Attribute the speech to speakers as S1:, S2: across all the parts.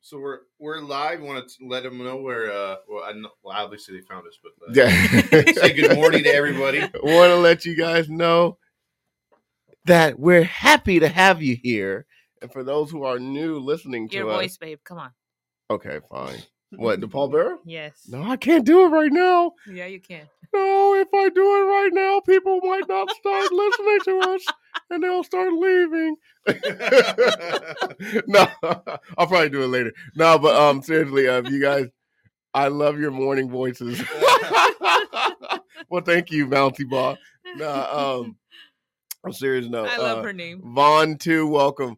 S1: So we're we're live. Want to let them know where? Uh, well, I know, well, obviously they found us, but uh,
S2: Yeah.
S1: say good morning to everybody.
S2: Want to let you guys know that we're happy to have you here. And for those who are new listening to
S3: Your
S2: us,
S3: voice, babe. Come on.
S2: okay, fine. What, the Paul Bearer?
S3: Yes.
S2: No, I can't do it right now.
S3: Yeah, you can.
S2: No, if I do it right now, people might not start listening to us and they'll start leaving. no, I'll probably do it later. No, but um, seriously, uh, if you guys, I love your morning voices. well, thank you, Bouncy Ball. No, um, on a serious note,
S3: I love
S2: uh,
S3: her name.
S2: Vaughn too. Welcome.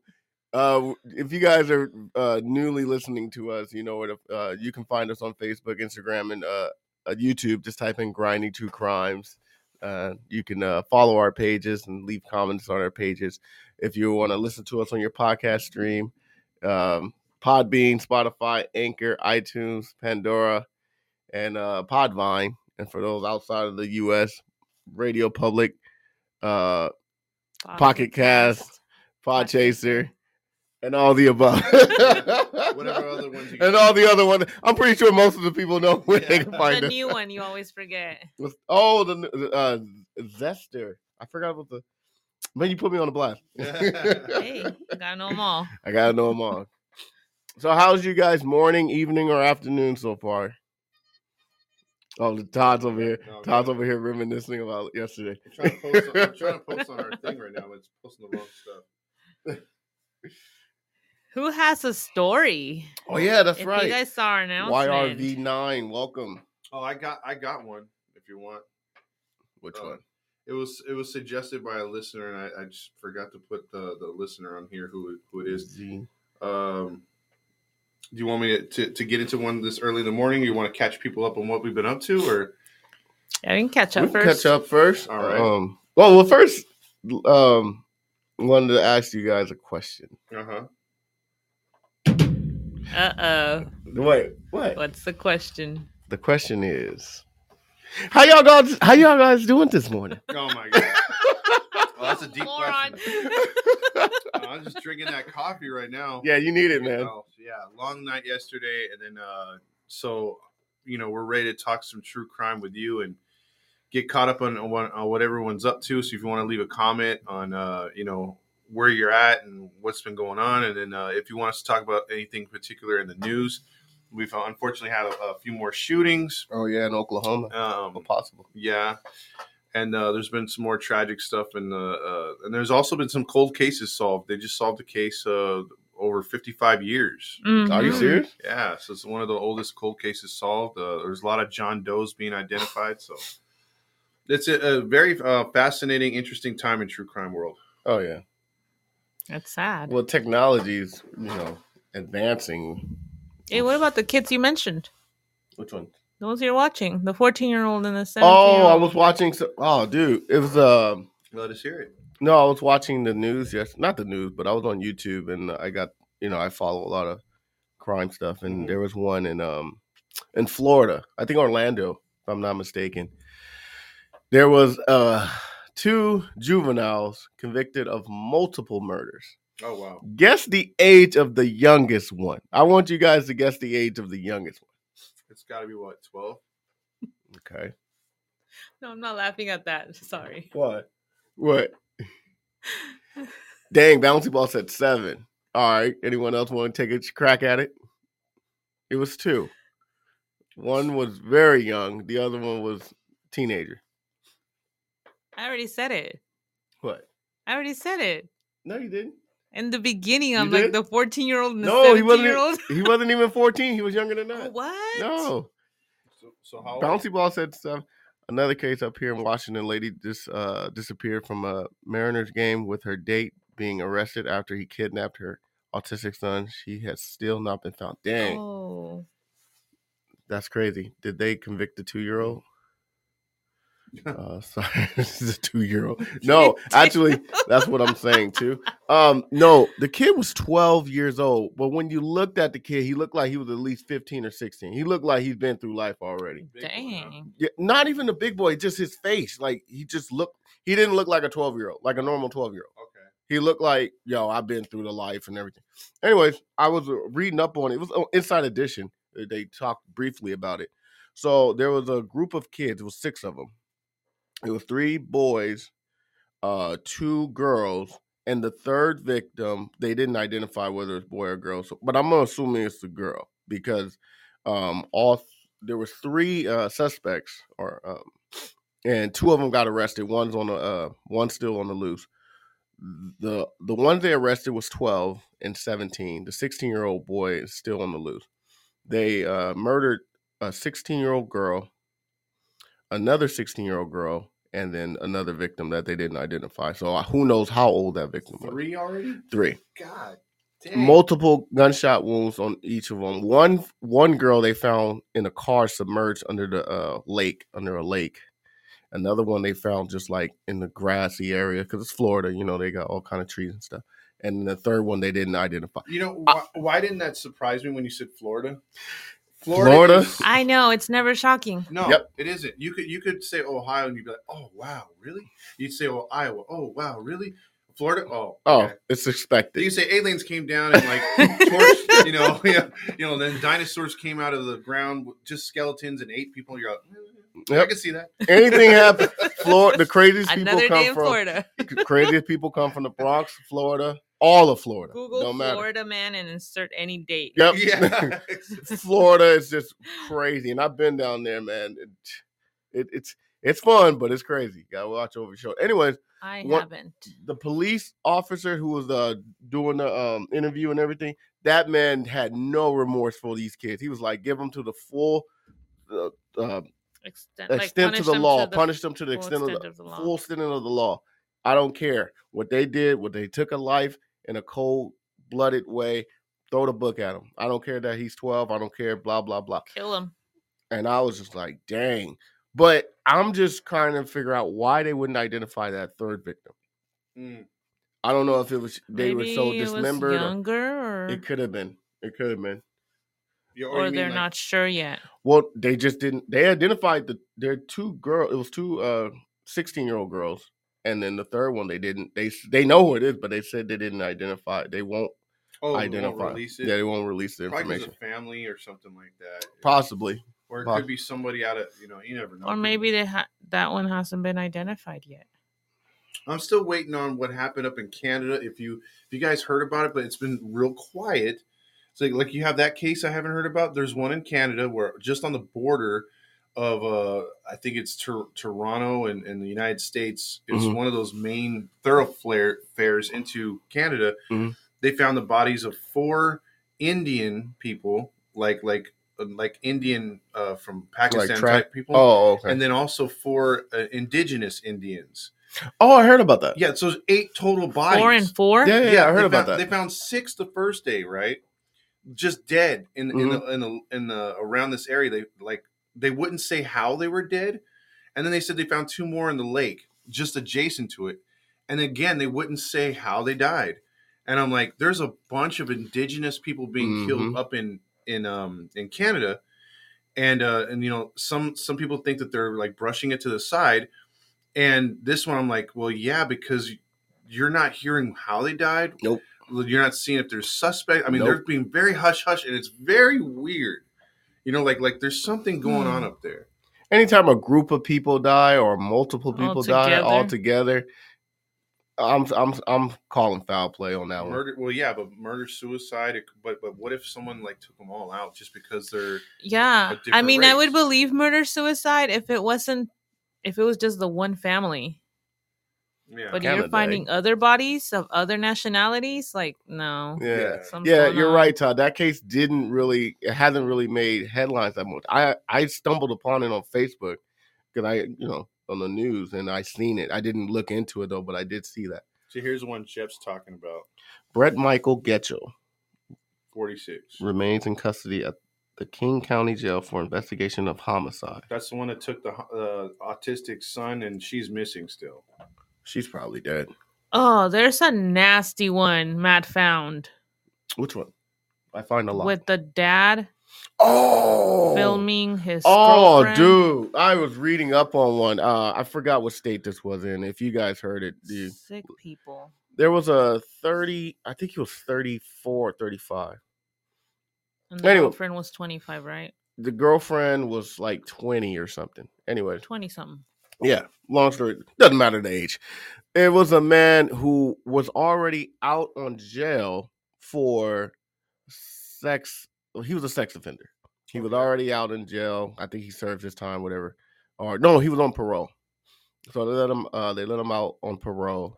S2: Uh, w- if you guys are uh, newly listening to us, you know what? Uh, you can find us on Facebook, Instagram, and uh, uh, YouTube. Just type in "Grinding Two Crimes." Uh, you can uh, follow our pages and leave comments on our pages. If you want to listen to us on your podcast stream, um, Podbean, Spotify, Anchor, iTunes, Pandora, and uh, Podvine. And for those outside of the U.S., Radio Public. Uh, Pocket Cast, Pod Chaser, and all the above.
S1: Whatever other ones you
S2: and all the other ones. I'm pretty sure most of the people know where they can
S1: Yeah.
S2: find
S3: The
S2: us.
S3: new one you always forget.
S2: With- oh, the n- the, uh, Zester. I forgot about the. Man, you put me on the blast.
S3: Hey, gotta know them all.
S2: I gotta know them all. So, how's you guys morning, evening, or afternoon so far? Oh, the Todd's over here.
S1: No,
S2: Todd's
S1: no.
S2: over here reminiscing about yesterday.
S1: I'm trying, to post on, I'm trying to post on our thing right now, but it's posting the wrong stuff.
S3: Who has a story?
S2: Oh yeah, that's
S3: if
S2: right.
S3: you guys saw our announcement,
S2: YRV9, welcome.
S1: Oh, I got I got one. If you want,
S2: Which
S1: Uh,
S2: one?
S1: it was it was suggested by a listener, and I, I just forgot to put the the listener on here who it- who it is.
S2: Z.
S1: Um, do you want me to, to, to get into one this early in the morning? You want to catch people up on what we've been up to, or
S3: I didn't catch
S2: We
S3: up
S2: can
S3: first.
S2: catch up first.
S1: All right.
S2: Um, well, well, first, um, wanted to ask you guys a question.
S1: uh huh?
S3: Uh oh.
S2: Wait, what?
S3: What's the question?
S2: The question is, how y'all guys? How y'all guys doing this morning?
S1: Oh my god, well, that's a deep
S3: Moron.
S1: question. Uh, I'm just drinking that coffee right now.
S2: yeah, you need it,
S1: You
S2: man.
S1: know, yeah, long night yesterday, and then uh, so you know we're ready to talk some true crime with you and get caught up on, on, what- on what everyone's up to. So if you want to leave a comment on uh, you know where you're at and what's been going on, and then uh, if you want us to talk about anything particular in the news, we've uh, unfortunately had a, a few more shootings.
S2: Oh yeah, in Oklahoma,
S1: Um,
S2: If possible.
S1: yeah. And uh, there's been some more tragic stuff, and uh, uh, and there's also been some cold cases solved. They just solved a case uh, over 55 years. Um,
S2: Are you
S3: Mhm.
S2: serious?
S1: Yeah, so it's one of the oldest cold cases solved. Uh, there's a lot of John Does being identified, so it's a, a very uh, fascinating, interesting time in true crime world.
S2: Oh yeah.
S3: That's sad.
S2: Well, technology's you know advancing.
S3: hey, what about the kids you mentioned?
S2: Which one?
S3: The ones you're watching, the 14 year old and the 17
S2: Oh, I was watching. So- oh, dude, it was um.
S1: Let us hear it.
S2: No, I was watching the news. Yes, not the news, but I was on YouTube and I got you know I follow a lot of crime stuff, and
S1: Mhm.
S2: there was one in um in Florida, I think Orlando, if I'm not mistaken. There was uh two juveniles convicted of multiple murders.
S1: Oh wow,
S2: Guess the age of the youngest one. I want you guys to guess the age of the youngest
S1: it's got to be what 12?
S2: one. Okay.
S3: No, I'm not laughing at that. Sorry.
S2: What? What? Dang, bouncy ball said seven. All right. Anyone else want to take a crack at it? It was two. One was very young. The other one was teenager.
S3: I already said it.
S2: What?
S3: I already said it.
S2: No, you didn't.
S3: In the beginning, I'm
S2: You
S3: like
S2: did?
S3: the 14 year old and the
S2: No, he
S3: 17
S2: wasn't.
S3: year old.
S2: e- He wasn't even fourteen. He was younger than that.
S3: What?
S2: No.
S1: So, so how? old-
S2: Bouncy ball said seven. Another case up here in Washington, lady just uh, disappeared from a Mariners game with her date being arrested after he kidnapped her autistic son. She has still not been found. Dang.
S3: Oh.
S2: That's crazy. Did they convict the two year old? Uh, sorry, this is a two year old. No, actually, that's what I'm saying too. Um, no, the kid was 12 years old, but when you looked at the kid, he looked like he was at least 15 or 16. He looked like he's been through life already.
S1: Big one, huh?
S3: Dang.
S2: Yeah, not even the big boy, just his face. Like he just looked, he didn't look like a 12 year old, like a normal 12 year old.
S1: Okay,
S2: He looked like, yo, I've been through the life and everything. Anyways, I was uh, reading up on it. It was on Inside Edition. Uh, They talked briefly about it. So there was a group of kids. It was six of them. It was three boys, uh, two girls, and the third victim. They didn't identify whether it's boy or girl. So, but I'm assuming it's the girl because um, all th- there was three uh, suspects, or um, and two of them got arrested. One's on the uh, one's still on the loose. The the ones they arrested was 12 and 17. The 16 year old boy is still on the loose. They uh, murdered a 16 year old girl, another 16 year old girl, and then another victim that they didn't identify. So uh, who knows how old that victim was?
S1: Three already?
S2: Three.
S1: God dang.
S2: Multiple gunshot wounds on each of them. One one girl they found in a car submerged under the uh, lake, under a lake. Another one they found just like in the grassy area because it's Florida. You know they got all kind of trees and stuff. And the third one they didn't identify.
S1: you know,
S3: Uh,
S1: why, why didn't that surprise me when you said Florida?
S2: Florida?
S1: is-
S3: I know it's never shocking.
S1: No,
S2: Yep.
S1: it isn't. You could you could say Ohio and you'd be like, oh wow, really? You'd say well Iowa, oh wow, really? Florida, oh
S2: Oh,
S1: okay.
S2: it's
S1: Then
S2: expected.
S1: you say aliens came down and like torched, you know, yeah, you know, then dinosaurs came out of the ground, with just skeletons and ate people. You're like, "Mm, I
S2: Yep.
S1: can see that.
S2: Anything happens. Florida. The craziest people
S3: Another
S2: come
S3: day in
S2: from
S3: Florida.
S2: craziest people come from the Bronx, Florida, all of Florida.
S3: Google
S2: don't matter.
S3: Florida man and insert any date.
S2: Yep.
S1: Yeah,
S2: Florida is just crazy, and I've been down there, man. It, it- it's it's fun, but it's crazy. Gotta watch over your shoulder. Anyways,
S3: I
S2: What-
S3: haven't.
S2: the police officer who was uh, doing the um, interview and everything, that man had no remorse for these kids. He was like, give them to the full uh, uh,
S3: Extend, like,
S2: extent to
S3: punish
S2: the
S3: them
S2: law,
S3: to the
S2: punish them to the
S3: full
S2: extent of the,
S3: extent of the law.
S2: full extent of the law. I don't care what they did, what they took a life in a cold blooded way. Throw the book at him. I don't care that he's twelve. I don't care. Blah blah blah.
S3: kill him.
S2: And I was just like, dang. But I'm just trying to figure out why they wouldn't identify that third victim.
S1: Mm.
S2: I don't know if it was they
S3: Maybe
S2: were so
S3: it was
S2: dismembered. or-
S3: younger, or,
S2: It could have been. It could have been.
S1: You-
S3: or
S1: you mean,
S3: they're
S1: like,
S3: not sure yet.
S2: Well, they just didn't. They identified the their two girl. It was two uh sixteen year old girls, and then the third one they didn't. They s- they know who it is, but they said they didn't identify. it. They won't
S1: Oh, we won't
S2: identify.
S1: Release it.
S2: Yeah, they won't release the
S1: Probably 'cause
S2: information.
S1: of family or something like that.
S2: Possibly.
S1: Or it
S2: Poss-
S1: could be somebody out of you know, you never know.
S3: Or maybe they ha- that one hasn't been identified yet.
S1: I'm still waiting on what happened up in Canada. If you if you guys heard about it, but it's been real quiet. It's like like you have that case I haven't heard about. There's one in Canada where just on the border of uh I think it's Tor- Toronto and, and the United States. It's
S2: Mhm.
S1: one of those main thoroughfare fares into Canada.
S2: Mhm.
S1: They found the bodies of four Indian people, like like like Indian uh, from Pakistan
S2: tra-
S1: type people.
S2: Oh, okay.
S1: And then also four uh, indigenous Indians.
S2: oh, I heard about that.
S1: Yeah, so it's eight total bodies.
S3: Four and four.
S2: Yeah, yeah, yeah, I heard
S1: they
S2: about
S1: found-
S2: that.
S1: They found six the first day, right? Just dead in
S2: Mm-hmm.
S1: in the in the in the around this area. They like they wouldn't say how they were dead, and then they said they found two more in the lake just adjacent to it, and again they wouldn't say how they died. And I'm like, there's a bunch of indigenous people being killed
S2: Mhm.
S1: up in in um in Canada, and uh and you know some some people think that they're like brushing it to the side, and this one I'm like, well yeah because you're not hearing how they died.
S2: Nope.
S1: You're not seeing if there's suspect. I mean, they're
S2: Nope.
S1: being very hush hush, and it's very weird. You know, like like there's something going on up there.
S2: Anytime a group of people die or multiple
S3: All
S2: people die all together, I'm I'm I'm calling foul play on that one.
S1: Murder. Well, yeah, but murder, suicide. it- But but what if someone like took them all out just because they're
S3: Yeah,
S1: Of
S3: I
S1: different
S3: mean, I would
S1: race.
S3: believe murder suicide if it wasn't if it was just the one family.
S1: yeah.
S3: But
S2: Canada, eh?
S3: you're finding other bodies of other nationalities, like no.
S2: yeah.
S3: something's
S2: Yeah,
S3: going
S2: you're
S3: on.
S2: right, Todd. That case didn't really, it hasn't really made headlines that much. I I stumbled upon it on Facebook because I, you know, on the news and I seen it. I didn't look into it though, but I did see that.
S1: so here's the one Jeff's talking about.
S2: Brett Michael Getchell
S1: Forty six.
S2: remains in custody at the King County Jail for investigation of homicide.
S1: That's the one that took the uh, autistic son, and she's missing still.
S2: She's probably dead.
S3: Oh, there's a nasty one Matt found
S2: Which one? I find a lot.
S3: with the dad
S2: oh,
S3: filming his.
S2: Oh,
S3: girlfriend.
S2: dude, I was reading up on one. Uh, I forgot what state this was in. If you guys heard it, dude.
S3: Sick people.
S2: There was a 30, I think he was 34, 35.
S4: And the
S2: Anyway.
S4: girlfriend was 25, right?
S2: The girlfriend was like 20 or something. Anyway,
S4: 20 something.
S2: yeah, long story. Doesn't matter the age. It was a man who was already out on jail for sex. He was a sex offender. He was already out in jail. I think he served his time, whatever. Or no, he was on parole. So they let him. Uh, they let him out on parole.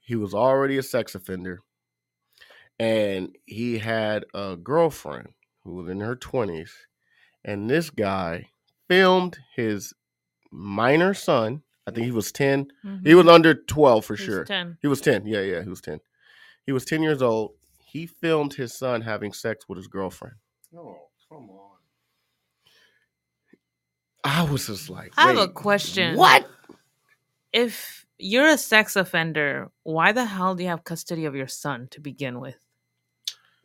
S2: He was already a sex offender, and he had a girlfriend who was in her twenties. And this guy filmed his minor son. I think he was ten.
S3: Mm-hmm.
S4: Mm-hmm.
S2: He was under twelve for sure.
S4: 10.
S2: He was 10. Yeah, yeah, he was 10. He was 10 years old. He filmed his son having sex with his girlfriend.
S1: Oh, come on.
S2: I was just like,
S4: I have a
S2: wait,
S4: question.
S2: What?
S4: If you're a sex offender, why the hell do you have custody of your son to begin with?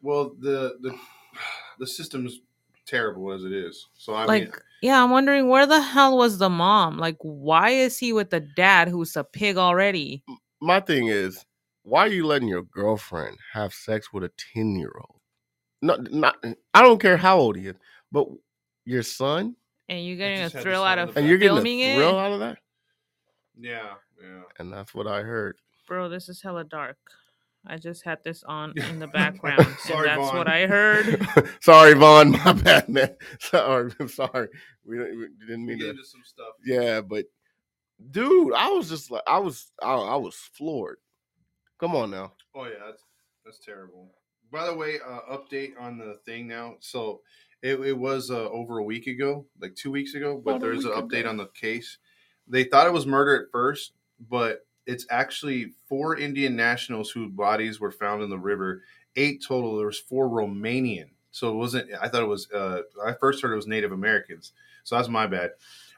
S1: Well, the the the system's terrible as it is. So I
S4: like,
S1: mean,
S4: yeah, I'm wondering where the hell was the mom? Like, why is he with the dad who's a pig already?
S1: Mm,
S2: My thing is, why are you letting your girlfriend have sex with a 10 year old? Not, not, I don't care how old he is, but your son?
S4: And you're getting a
S1: just had
S4: thrill
S1: this
S4: out
S1: on
S4: of
S1: the
S2: And you're getting
S4: filming
S2: a
S4: it?
S2: thrill out of that?
S1: yeah, yeah.
S2: And that's what I heard.
S4: Bro, this is hella dark. I just had this on in the background.
S1: Sorry,
S4: and that's what
S1: Vaughn.
S4: I heard.
S2: sorry, Vaughn. My bad, man. Sorry. I'm sorry. We, don't, we didn't
S1: We
S2: mean
S1: get
S2: to.
S1: into some stuff.
S2: Yeah, but dude, I was just like, I was, I, I was floored. Come on now.
S1: Oh yeah, that's that's terrible. By the way, uh, update on the thing now. So it, it was uh, over a week ago, like two weeks ago, but
S2: About a
S1: there's an
S2: week
S1: update
S2: ago.
S1: on the case. They thought it was murder at first, but it's actually four Indian nationals whose bodies were found in the river. Eight total. There was four Romanian. So it wasn't. I thought it was. Uh, I first heard it was Native Americans. So that's my bad.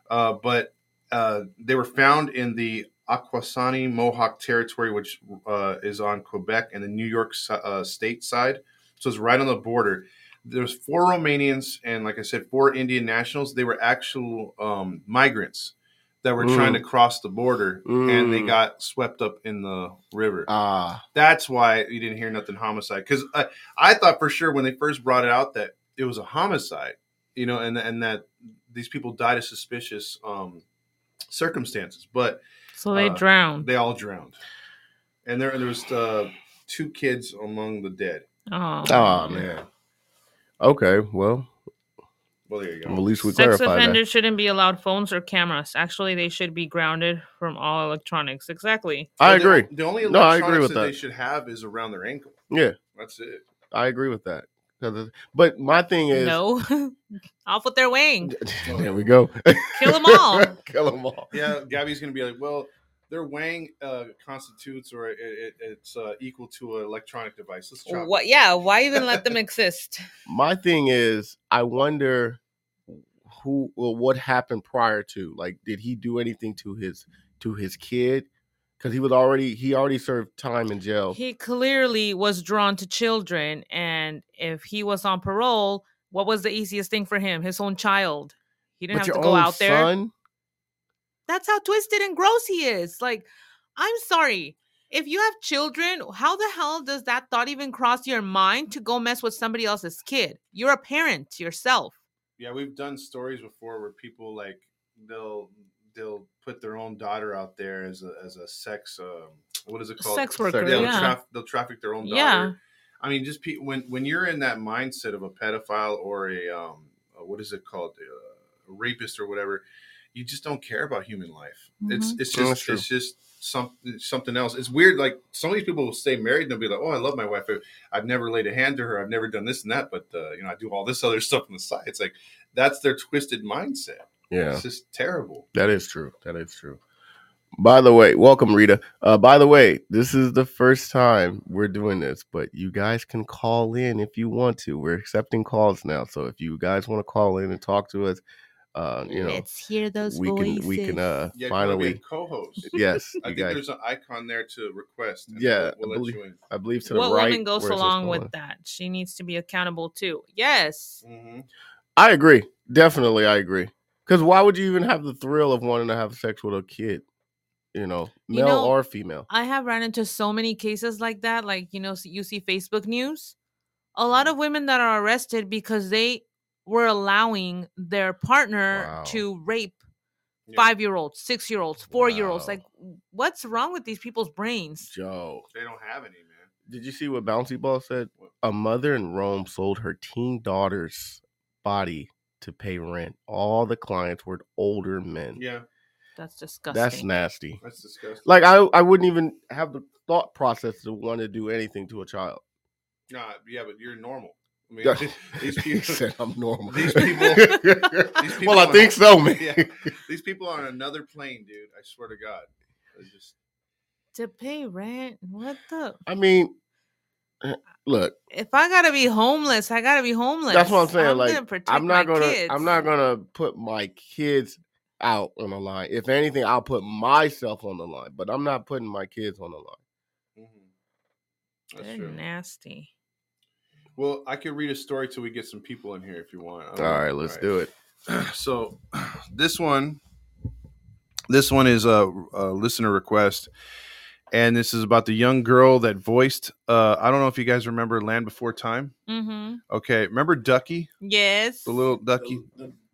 S1: Uh, but uh, they were found in the Akwesasne Mohawk territory, which uh, is on Quebec and the New York si- uh, state side. So it's right on the border. There's four Romanians and, like I said, four Indian nationals. They were actual um, migrants that were
S2: Mm.
S1: trying to cross the border, and they
S2: Mm.
S1: got swept up in the river.
S2: Ah,
S1: That's why you didn't hear nothing homicide. Because I, I thought for sure when they first brought it out that it was a homicide, you know, and and that these people died of suspicious um, circumstances, but
S4: So they
S1: Uh,
S4: drowned.
S1: they all drowned, and there and there was uh, two kids among the dead.
S4: oh.
S2: oh man. Okay, well,
S1: Well, there you
S2: at
S1: go.
S2: least we
S4: Sex
S2: clarified that.
S4: offenders shouldn't be allowed phones or cameras. Actually, they should be grounded from all electronics. Exactly.
S2: I
S1: Well, the-
S2: agree.
S1: The only
S2: No, I agree
S1: electronics
S2: with
S1: that,
S2: that.
S1: they should have is around their ankle.
S2: Yeah,
S1: That's it.
S2: I agree with that. 'Cause it- But my thing is,
S4: No. Off with their wing.
S2: there we go.
S4: Kill 'em all.
S2: Kill them all.
S1: Yeah, Gabby's gonna be like, well. Their wang uh, constitutes or it, it, it's uh, equal to an electronic device. Let's chop it.
S4: What? Yeah. Why even let them exist?
S2: My thing is, I wonder who well, what happened prior to. Like, did he do anything to his to his kid? Because he was already he already served time in jail.
S4: He clearly was drawn to children, and if he was on parole, what was the easiest thing for him? His own child. He didn't have to go out there.
S2: son,
S4: That's how twisted and gross he is. Like, I'm sorry. If you have children, how the hell does that thought even cross your mind to go mess with somebody else's kid? You're a parent yourself.
S1: Yeah, we've done stories before where people like they'll they'll put their own daughter out there as a as a sex um what is it called?
S4: Sex
S2: worker,
S4: worker.
S1: They'll,
S2: yeah.
S1: traf- they'll traffic their own daughter.
S4: Yeah.
S1: I mean, just pe- when when you're in that mindset of a pedophile or a um uh, what is it called uh, a rapist or whatever, you just don't care about human life. It's it's
S2: Oh,
S1: just
S2: true.
S1: it's just something something else. It's weird. Like some of these people will stay married and they'll be like, "Oh, I love my wife. I- I've never laid a hand to her. I've never done this and that, but uh, you know, I do all this other stuff on the side." It's like that's their twisted mindset.
S2: yeah.
S1: It's just terrible.
S2: That is true. That is true. By the way, welcome, Rita. Uh, by the way, this is the first time we're doing this, but you guys can call in if you want to. We're accepting calls now, so if you guys want to call in and talk to us, uh, you know,
S4: Let's hear those
S2: we
S4: voices.
S2: can we can uh,
S1: Yeah, finally,
S2: finally,
S1: be a co-host.
S2: yes,
S1: I
S2: you
S1: think
S2: guys.
S1: there's an icon there to request. and
S2: Yeah,
S1: we'll,
S2: I
S1: we'll let you in.
S2: I believe to the
S4: what
S2: right.
S4: woman goes
S2: where it says
S4: along
S2: call
S4: with
S2: in.
S4: that? She needs to be accountable too. Yes.
S1: Mhm.
S2: I agree. Definitely, I agree. Because why would you even have the thrill of wanting to have sex with a kid? you know,
S3: You
S2: male
S3: know-
S2: or female.
S3: I have ran into so many cases like that. Like, you know, s- you see Facebook news. A
S2: Mm-hmm.
S3: lot of women that are arrested because they were allowing their partner
S2: Wow.
S3: to rape
S1: Yeah.
S3: five year olds, six year olds, four year olds.
S2: Wow.
S3: Like, w- what's wrong with these people's brains?
S2: Joe,
S1: They don't have any, man.
S2: did you see what Bouncy Ball said? A mother in Rome sold her teen daughter's body to pay rent. All the clients were older men.
S1: Yeah,
S3: That's disgusting.
S2: That's nasty.
S1: that's disgusting.
S2: Like I, I wouldn't even have the thought process to want to do anything to a child.
S1: Nah, yeah, but you're normal. I mean,
S2: Yeah.
S1: these
S2: he
S1: people,
S2: said I'm normal.
S1: these people- these people
S2: well, I
S1: are-
S2: think so, man.
S1: Yeah. these people are on another plane, dude. I swear to God. It's just
S3: to pay rent. What the?
S2: I mean, eh, look,
S3: If I gotta be homeless, I gotta be homeless.
S2: what I'm saying, like,
S3: gonna protect
S2: I'm not
S3: my
S2: gonna,
S3: kids.
S2: I'm not gonna put my kids out on the line. If anything, I'll put myself on the line, but I'm not putting my kids on the line.
S1: mhm.
S3: They're
S1: that's true.
S3: nasty.
S1: Well, I could read a story till we get some people in here if you want. I don't
S2: All
S1: know.
S2: right, let's do it.
S1: so this one this one is a, a listener request and this is about the young girl that voiced uh i don't know if you guys remember land before time
S3: Mm-hmm.
S1: okay remember ducky
S3: Yes.
S1: the little ducky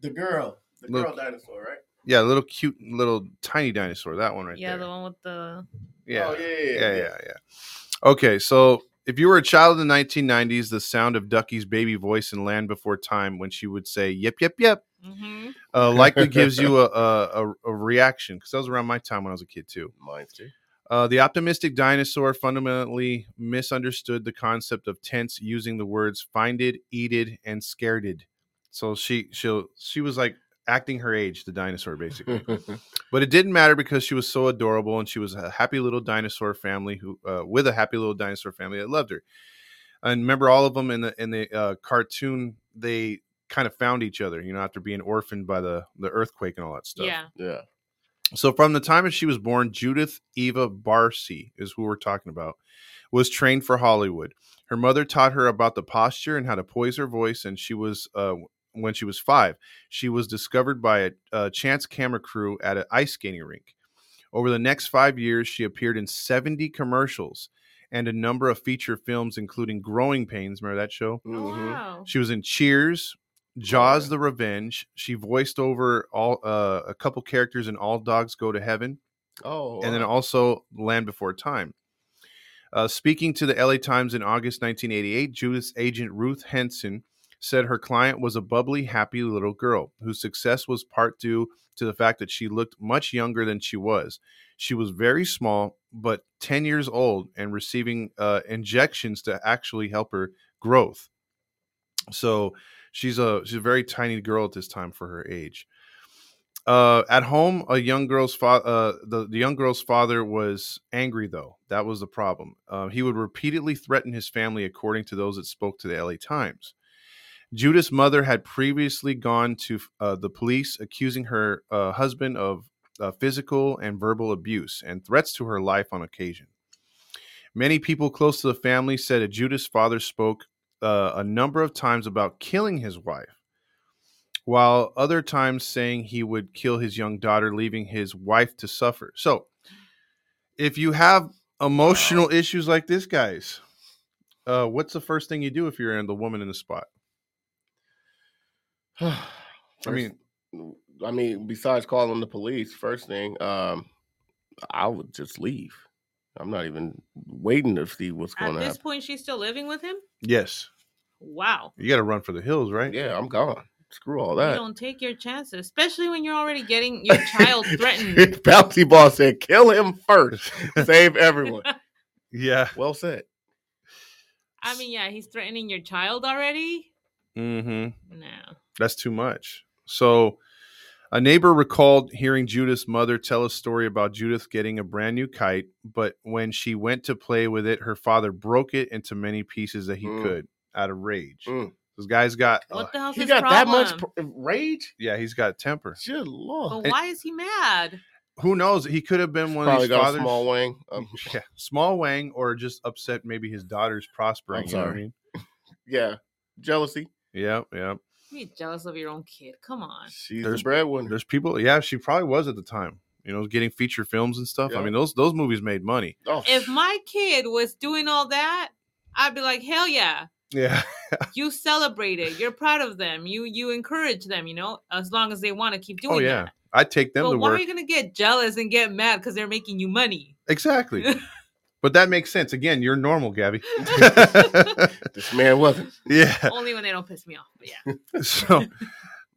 S2: the, girl, the
S1: girl Look.
S2: dinosaur, right?
S1: yeah little cute little tiny dinosaur that one right
S3: yeah,
S1: there
S3: the one with the
S1: Oh, yeah
S2: Oh, yeah,
S1: yeah, yeah, yeah. Okay, so if you were a child in the 1990s, the sound of Ducky's baby voice in Land Before Time when she would say "Yep, yep, yep"
S3: hmm
S1: uh, likely gives you a a, a, a reaction because that was around my time when I was a kid too.
S2: Mine too.
S1: Uh, the optimistic dinosaur fundamentally misunderstood the concept of tense using the words finded, eated, and scareded. So she she she was like acting her age, the dinosaur basically. but it didn't matter because she was so adorable and she was a happy little dinosaur family who uh, with a happy little dinosaur family that loved her. And remember all of them in the in the uh, cartoon they kind of found each other, you know, after being orphaned by the the earthquake and all that stuff.
S3: Yeah.
S2: yeah.
S1: So from the time that she was born, Judith Eva Barcy is who we're talking about, was trained for Hollywood. Her mother taught her about the posture and how to poise her voice, and she was uh, when she was five. She was discovered by a, a chance camera crew at an ice skating rink. Over the next five years, she appeared in 70 commercials and a number of feature films, including Growing Pains. Remember that show?
S3: Oh,
S2: Mhm.
S3: wow.
S1: She was in Cheers, Jaws: The Revenge. She voiced over all uh, a couple characters in All Dogs Go to Heaven,
S2: Oh,
S1: and then
S2: wow.
S1: also Land Before Time. Uh, speaking to the LA Times in August 1988, Judith's agent Ruth Henson said her client was a bubbly, happy little girl whose success was part due to the fact that she looked much younger than she was. She was very small, but 10 years old, and receiving uh, injections to actually help her growth. So she's a she's a very tiny girl at this time for her age. Uh, at home, a young girl's father, uh, the, the young girl's father was angry though. That was the problem. Uh, he would repeatedly threaten his family, according to those that spoke to the LA Times. Judith's mother had previously gone to uh, the police, accusing her uh, husband of uh, physical and verbal abuse and threats to her life on occasion. Many people close to the family said that Judith's father spoke uh, a number of times about killing his wife, while other times saying he would kill his young daughter, leaving his wife to suffer. So, if you have emotional issues like this, guys, uh, what's the first thing you do if you're in the woman in the spot? I
S2: First-
S1: mean,
S2: I mean, besides calling the police, first thing, um, I would just leave. I'm not even waiting to see what's
S3: At
S2: going to
S3: this
S2: happen.
S3: point, she's still living with him.
S1: yes,
S3: Wow.
S1: you got to run for the hills, right?
S2: Yeah, I'm gone. Screw all
S3: You
S2: that.
S3: don't take your chances, especially when you're already getting your child threatened.
S2: Bouncy ball said, "Kill him first, save everyone."
S1: Yeah.
S2: Well said.
S3: I mean, yeah, he's threatening your child already.
S1: Mm-hmm.
S3: No.
S2: Uh,
S1: That's too much. So, a neighbor recalled hearing Judith's mother tell a story about Judith getting a brand new kite, but when she went to play with it, her father broke it into many pieces that he
S2: Mm.
S1: could out of rage.
S2: Mm.
S1: This guy's got,
S3: What
S1: uh,
S3: the hell's
S2: He
S3: his
S2: got
S3: problem?
S2: that much pr- rage.
S1: yeah, he's got temper.
S2: Good lord.
S3: But why is he mad?
S1: Who knows? He could have been one of
S2: Probably
S1: these
S2: got a
S1: fathers.
S2: small wing. Um,
S1: yeah, small wang, or just upset maybe his daughter's prospering.
S2: I'm
S1: you know what I
S2: sorry.
S1: mean?
S2: yeah, jealousy.
S1: Yeah, yeah.
S3: Be jealous of your own kid. Come on.
S2: She's
S1: There's-
S2: the breadwinner.
S1: There's people. Yeah, she probably was at the time. you know, getting feature films and stuff.
S2: Yeah.
S1: I mean, those those movies made money.
S2: Oh,
S3: If my kid was doing all that, I'd be like, hell yeah.
S1: Yeah.
S3: You celebrate it. You're proud of them. You you encourage them, you know, as long as they want to keep doing
S1: Oh yeah.
S3: that.
S1: I'd take them
S3: But
S1: to
S3: why
S1: work.
S3: are you gonna get jealous and get mad because they're making you money?
S1: Exactly. but that makes sense. Again, you're normal, Gabby.
S2: this man wasn't.
S1: yeah.
S3: Only when they don't piss me off. But yeah.
S1: So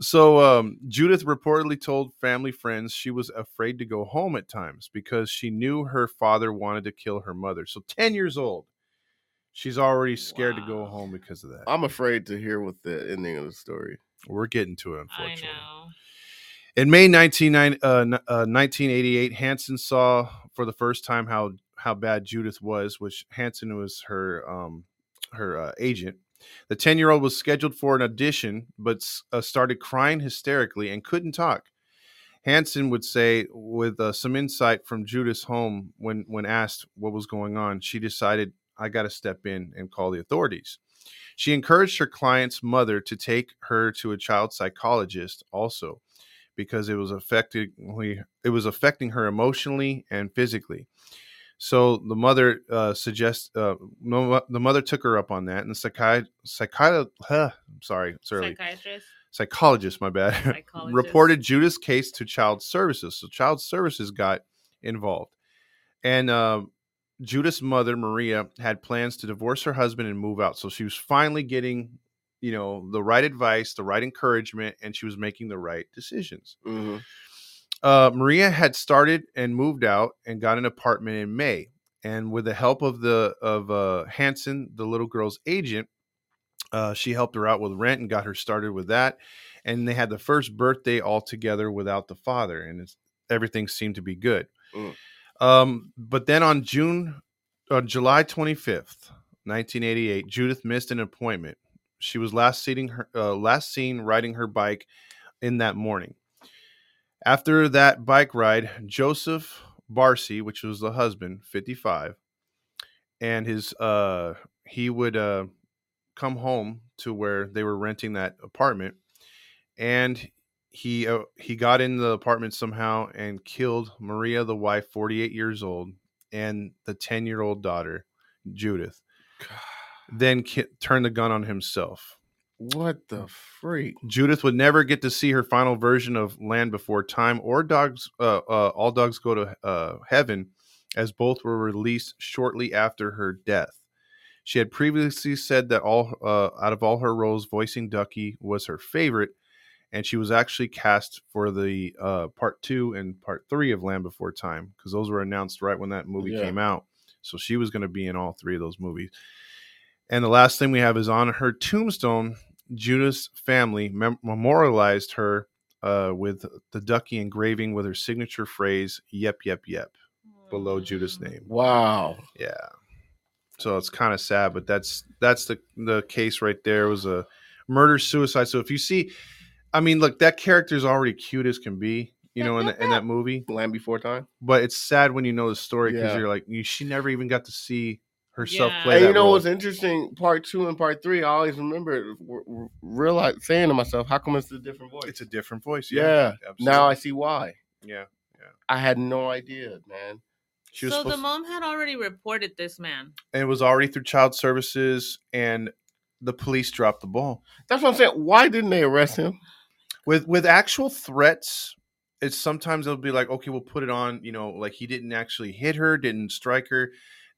S1: so um, Judith reportedly told family friends she was afraid to go home at times because she knew her father wanted to kill her mother. So 10 years old. She's already scared to go
S3: Wow.
S1: home because of that.
S2: I'm afraid to hear what the ending of the story.
S1: We're getting to it,
S3: I
S1: unfortunately.
S3: know.
S1: In May 1989 uh, n- uh, 1988, Hanson saw for the first time how how bad Judith was, which Hanson was her um, her uh, agent. The 10 year old was scheduled for an audition, but s- uh, started crying hysterically and couldn't talk. Hanson would say, with uh, some insight from Judith's home, when, when asked what was going on, she decided, I got to step in and call the authorities. She encouraged her client's mother to take her to a child psychologist also because it was affectingly it was affecting her emotionally and physically. So the mother uh, suggests uh, no, the mother took her up on that, and the psychi- psychi- huh, I'm sorry, it's early.
S3: Psychiatrist,
S1: psychologist, my bad,
S3: Psychologist.
S1: reported Judith's case to Child Services. So Child Services got involved, and uh, Judith's mother Maria had plans to divorce her husband and move out. So she was finally getting, you know, the right advice, the right encouragement, and she was making the right decisions
S2: Mm-hmm.
S1: uh, Maria had started and moved out and got an apartment in May. And with the help of the of uh, Hanson, the little girl's agent, uh, she helped her out with rent and got her started with that. And they had the first birthday all together without the father, and it's, everything seemed to be good.
S2: Mm.
S1: Um, but then on June, on July twenty fifth, nineteen eighty eight, Judith missed an appointment. She was last seating her uh, last seen riding her bike in that morning. After that bike ride, Joseph Barcy, which was the husband, 55, and his uh he would uh come home to where they were renting that apartment and he uh, he got in the apartment somehow and killed Maria the wife 48 years old and the 10-year-old daughter Judith. Then ki- turned the gun on himself.
S2: What the freak?
S1: Judith would never get to see her final version of Land Before Time or Dogs. Uh, uh, All Dogs Go to uh, Heaven, as both were released shortly after her death. She had previously said that all uh, out of all her roles, voicing Ducky was her favorite, and she was actually cast for the uh, part two and part three of Land Before Time because those were announced right when that movie
S2: Yeah.
S1: came out. So she was going to be in all three of those movies. And the last thing we have is on her tombstone, Judith's family mem- memorialized her uh, with the Ducky engraving with her signature phrase "Yep, yep, yep" below Judith's
S3: Mm.
S1: name.
S2: Wow.
S1: Yeah. So it's kind of sad, but that's that's the the case right there. It was a murder suicide. So if you see, I mean, look, that character's already cute as can be, you know, in, the, in that movie.
S2: Land before time.
S1: But it's sad when you know the story because
S2: Yeah.
S1: you're like, you, she never even got to see herself
S3: Yeah.
S1: play.
S2: and
S1: that
S2: you know
S1: role.
S2: what's interesting? Part two and part three. I always remember w- w- realize saying to myself, "How come it's a different voice?"
S1: it's a different voice.
S2: yeah.
S1: Yeah.
S2: Now
S1: absolutely.
S2: I see why.
S1: yeah.
S2: I had no idea, man.
S1: She was
S3: so the
S1: supposed-
S3: mom had already reported this man.
S1: and it was already through child services and the police dropped the ball
S2: That's what I'm saying. Why didn't they arrest him?
S1: with with actual threats it's sometimes it'll be like okay we'll put it on you know like he didn't actually hit her didn't strike her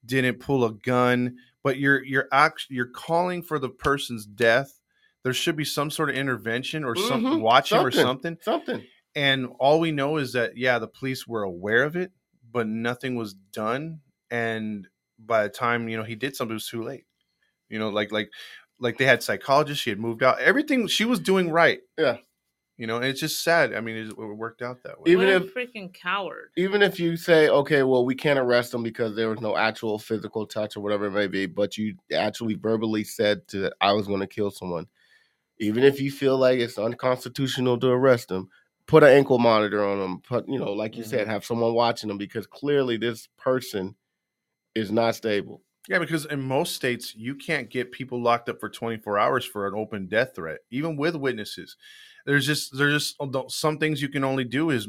S1: didn't pull a gun but you're you're act, you're calling for the person's death there should be some sort of intervention or some
S2: Mhm,
S1: watching or
S2: something.
S1: something
S2: Something.
S1: and all we know is that yeah the police were aware of it but nothing was done and by the time you know he did something it was too late you know like like like they had psychologists she had moved out everything she was doing right
S2: Yeah.
S1: you know and it's just sad i mean it, it worked out that way
S2: Even
S3: what
S2: if-
S3: a freaking coward.
S2: Even if you say, okay, well, we can't arrest him because there was no actual physical touch or whatever it may be, but you actually verbally said to I was going to kill someone. Even if you feel like it's unconstitutional to arrest him, put an ankle monitor on him. Put you know, like you said, have someone watching him because clearly this person is not stable.
S1: Yeah, because in most states, you can't get people locked up for 24 hours for an open death threat, even with witnesses. There's just there's just some things you can only do is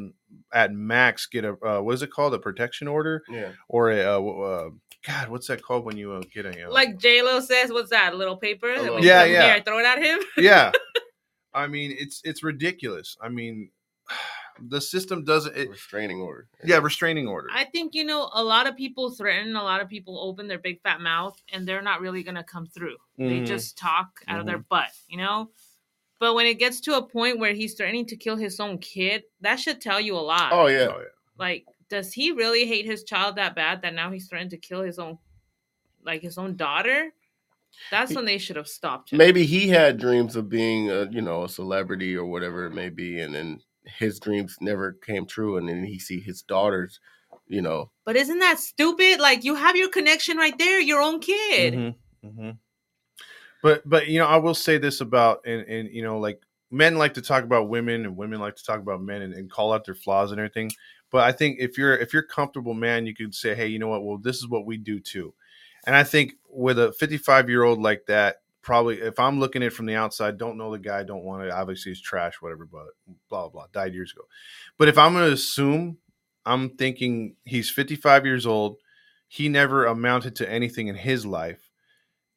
S1: at max get a uh, what is it called a protection order
S2: Yeah.
S1: or a uh, w- uh, God what's that called when you uh, get a uh,
S4: Like J Lo says, what's that? A little paper? that
S2: little
S4: we
S1: Yeah,
S4: put
S1: yeah.
S4: Here, throw it at him.
S1: yeah I mean it's it's ridiculous I mean the system doesn't it,
S2: restraining order.
S1: yeah restraining order
S4: I think you know a lot of people threaten, a lot of people open their big fat mouth, and they're not really gonna come through. They
S1: Mhm.
S4: just talk out of their butt, you know. But when it gets to a point where he's threatening to kill his own kid, that should tell you a lot.
S2: Oh yeah.
S1: Oh, yeah.
S4: Like, does he really hate his child that bad that now he's threatened to kill his own, like his own daughter? That's when they should have stopped him.
S2: Maybe he had dreams of being, a, you know, a celebrity or whatever it may be, and then his dreams never came true, and then he see his daughters, you know,
S4: But isn't that stupid? Like, you have your connection right there, your own kid.
S1: Mhm, mhm. But but you know, I will say this about and and you know, like men like to talk about women and women like to talk about men and, and call out their flaws and everything. But I think if you're if you're comfortable, man, you can say, hey, you know what? Well, this is what we do too. And I think with a 55 year old like that, probably if I'm looking at it from the outside, don't know the guy, don't want to, obviously he's trash, whatever, but blah blah blah, died years ago. But if I'm gonna assume, I'm thinking he's 55 years old, he never amounted to anything in his life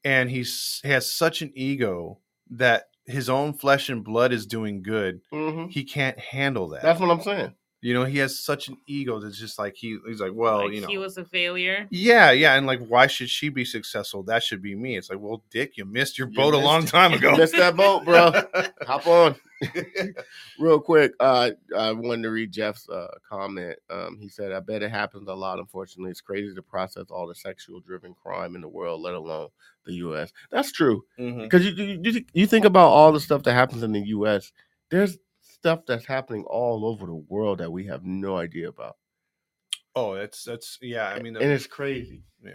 S1: and he's he has such an ego that his own flesh and blood is doing good.
S2: Mm-hmm.
S1: He can't handle that.
S2: that's what I'm saying.
S1: you know, he has such an ego that's just like he he's like, well,
S4: Like,
S1: you know,
S4: he was a failure.
S1: yeah, yeah, and like, why should she be successful? That should be me. It's like, well, Dick, you missed your
S2: You
S1: boat a
S2: missed
S1: long
S2: it.
S1: time ago.
S2: Miss that boat, bro. Hop on. Real quick, uh, I wanted to read Jeff's uh, comment. Um, he said, "I bet it happens a lot. Unfortunately, it's crazy to process all the sexual-driven crime in the world, let alone the U.S." That's true.
S1: Mhm.
S2: because you, you you you think about all the stuff that happens in the U.S. There's stuff that's happening all over the world that we have no idea about,
S1: Oh, that's that's yeah. I mean,
S2: and it's crazy.
S1: yeah,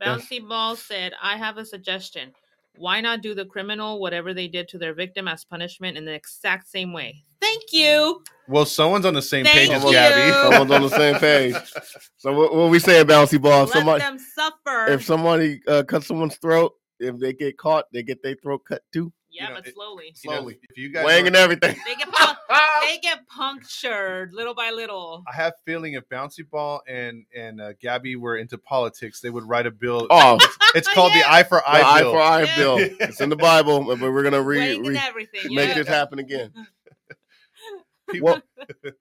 S2: Yes.
S4: Bouncy Ball said, I have a suggestion. Why not do the criminal whatever they did to their victim as punishment in the exact same way? Thank you.
S1: well, someone's on the same
S4: Thank
S1: page as
S2: you.
S1: Gabby.
S2: Someone's on the same page. So what, what we say, bouncy ball? If
S4: Let
S2: somebody
S4: them suffer.
S2: if somebody uh, cuts someone's throat, if they get caught, they get their throat cut too,
S4: yeah,
S1: you know,
S4: but
S1: it-
S4: slowly.
S1: You know,
S2: Slowly.
S1: if you guys,
S2: wang
S1: are-
S2: and everything.
S4: They get pun- they get punctured little by little.
S1: I have feeling if Bouncy Ball and and uh, Gabby were into politics, they would write a bill.
S2: Oh,
S1: It's called
S4: Yes.
S1: the eye for
S2: the
S1: eye
S2: eye
S1: bill.
S2: for eye
S4: Yeah.
S2: bill. It's in the Bible, but we're gonna re,
S4: Wang and
S2: re
S4: everything.
S2: make
S4: yeah.
S2: this happen again.
S1: People-
S2: Well,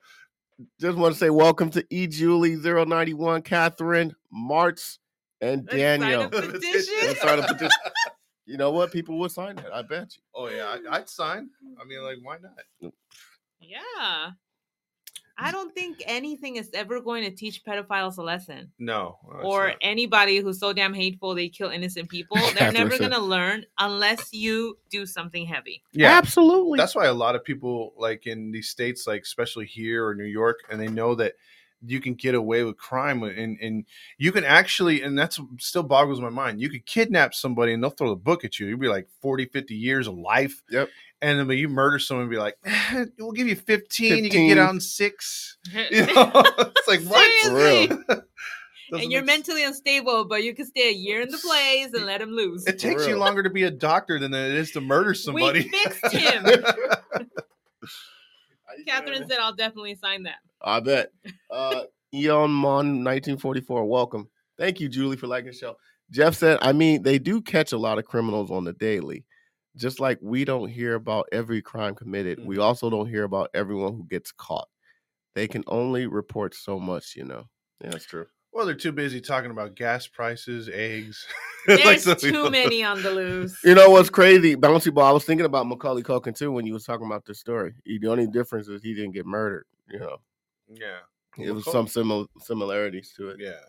S2: just want to say welcome to E. Julie 091, Catherine, Martz, and
S4: Let's sign
S2: Daniel.
S4: a petition.
S2: Let's sign a petition. You know what? People would sign that. I bet you.
S1: oh yeah, I, I'd sign. I mean, like, why not?
S4: Yeah. I don't think anything is ever going to teach pedophiles a lesson.
S1: No. uh, it's
S4: or
S1: not.
S4: anybody who's so damn hateful they kill innocent people. They're
S2: That's what I
S4: never
S2: said.
S4: gonna learn unless you do something heavy.
S1: yeah,
S2: Absolutely.
S1: that's why a lot of people like in these states, like especially here or New York, and they know that you can get away with crime and and you can actually and that's still boggles my mind you could kidnap somebody and they'll throw the book at you you'd be like 40 50 years of life
S2: Yep.
S1: and then when you murder someone be like "Eh, we'll give you 15, you can
S2: 15.
S1: get out in six you know? it's like what
S4: Seriously.
S2: For
S1: Doesn't
S4: and you're
S1: make sense.
S4: mentally unstable, but you can stay a year in the place and let him lose.
S1: It
S2: For
S1: takes you
S2: real.
S1: longer to be a doctor than it is to murder
S4: We
S1: somebody.
S4: fixed him. Catherine said, "I'll definitely sign that."
S2: I bet. Uh, Eon Mon 1944, welcome. Thank you, Julie, for liking the show. Jeff said, I mean, they do catch a lot of criminals on the daily. Just like we don't hear about every crime committed, we also don't hear about everyone who gets caught. They can only report so much, you know. Yeah, that's true.
S1: well, they're too busy talking about gas prices, eggs. Like
S4: There's
S1: some
S4: too
S1: people-
S4: many on the loose.
S2: You know what's crazy? Bouncy Ball, I was thinking about Macaulay Culkin too when you was talking about this story. He- The only difference is he didn't get murdered, you know.
S1: Yeah,
S2: It was
S1: Macaul-
S2: some simil- similarities to it.
S1: yeah.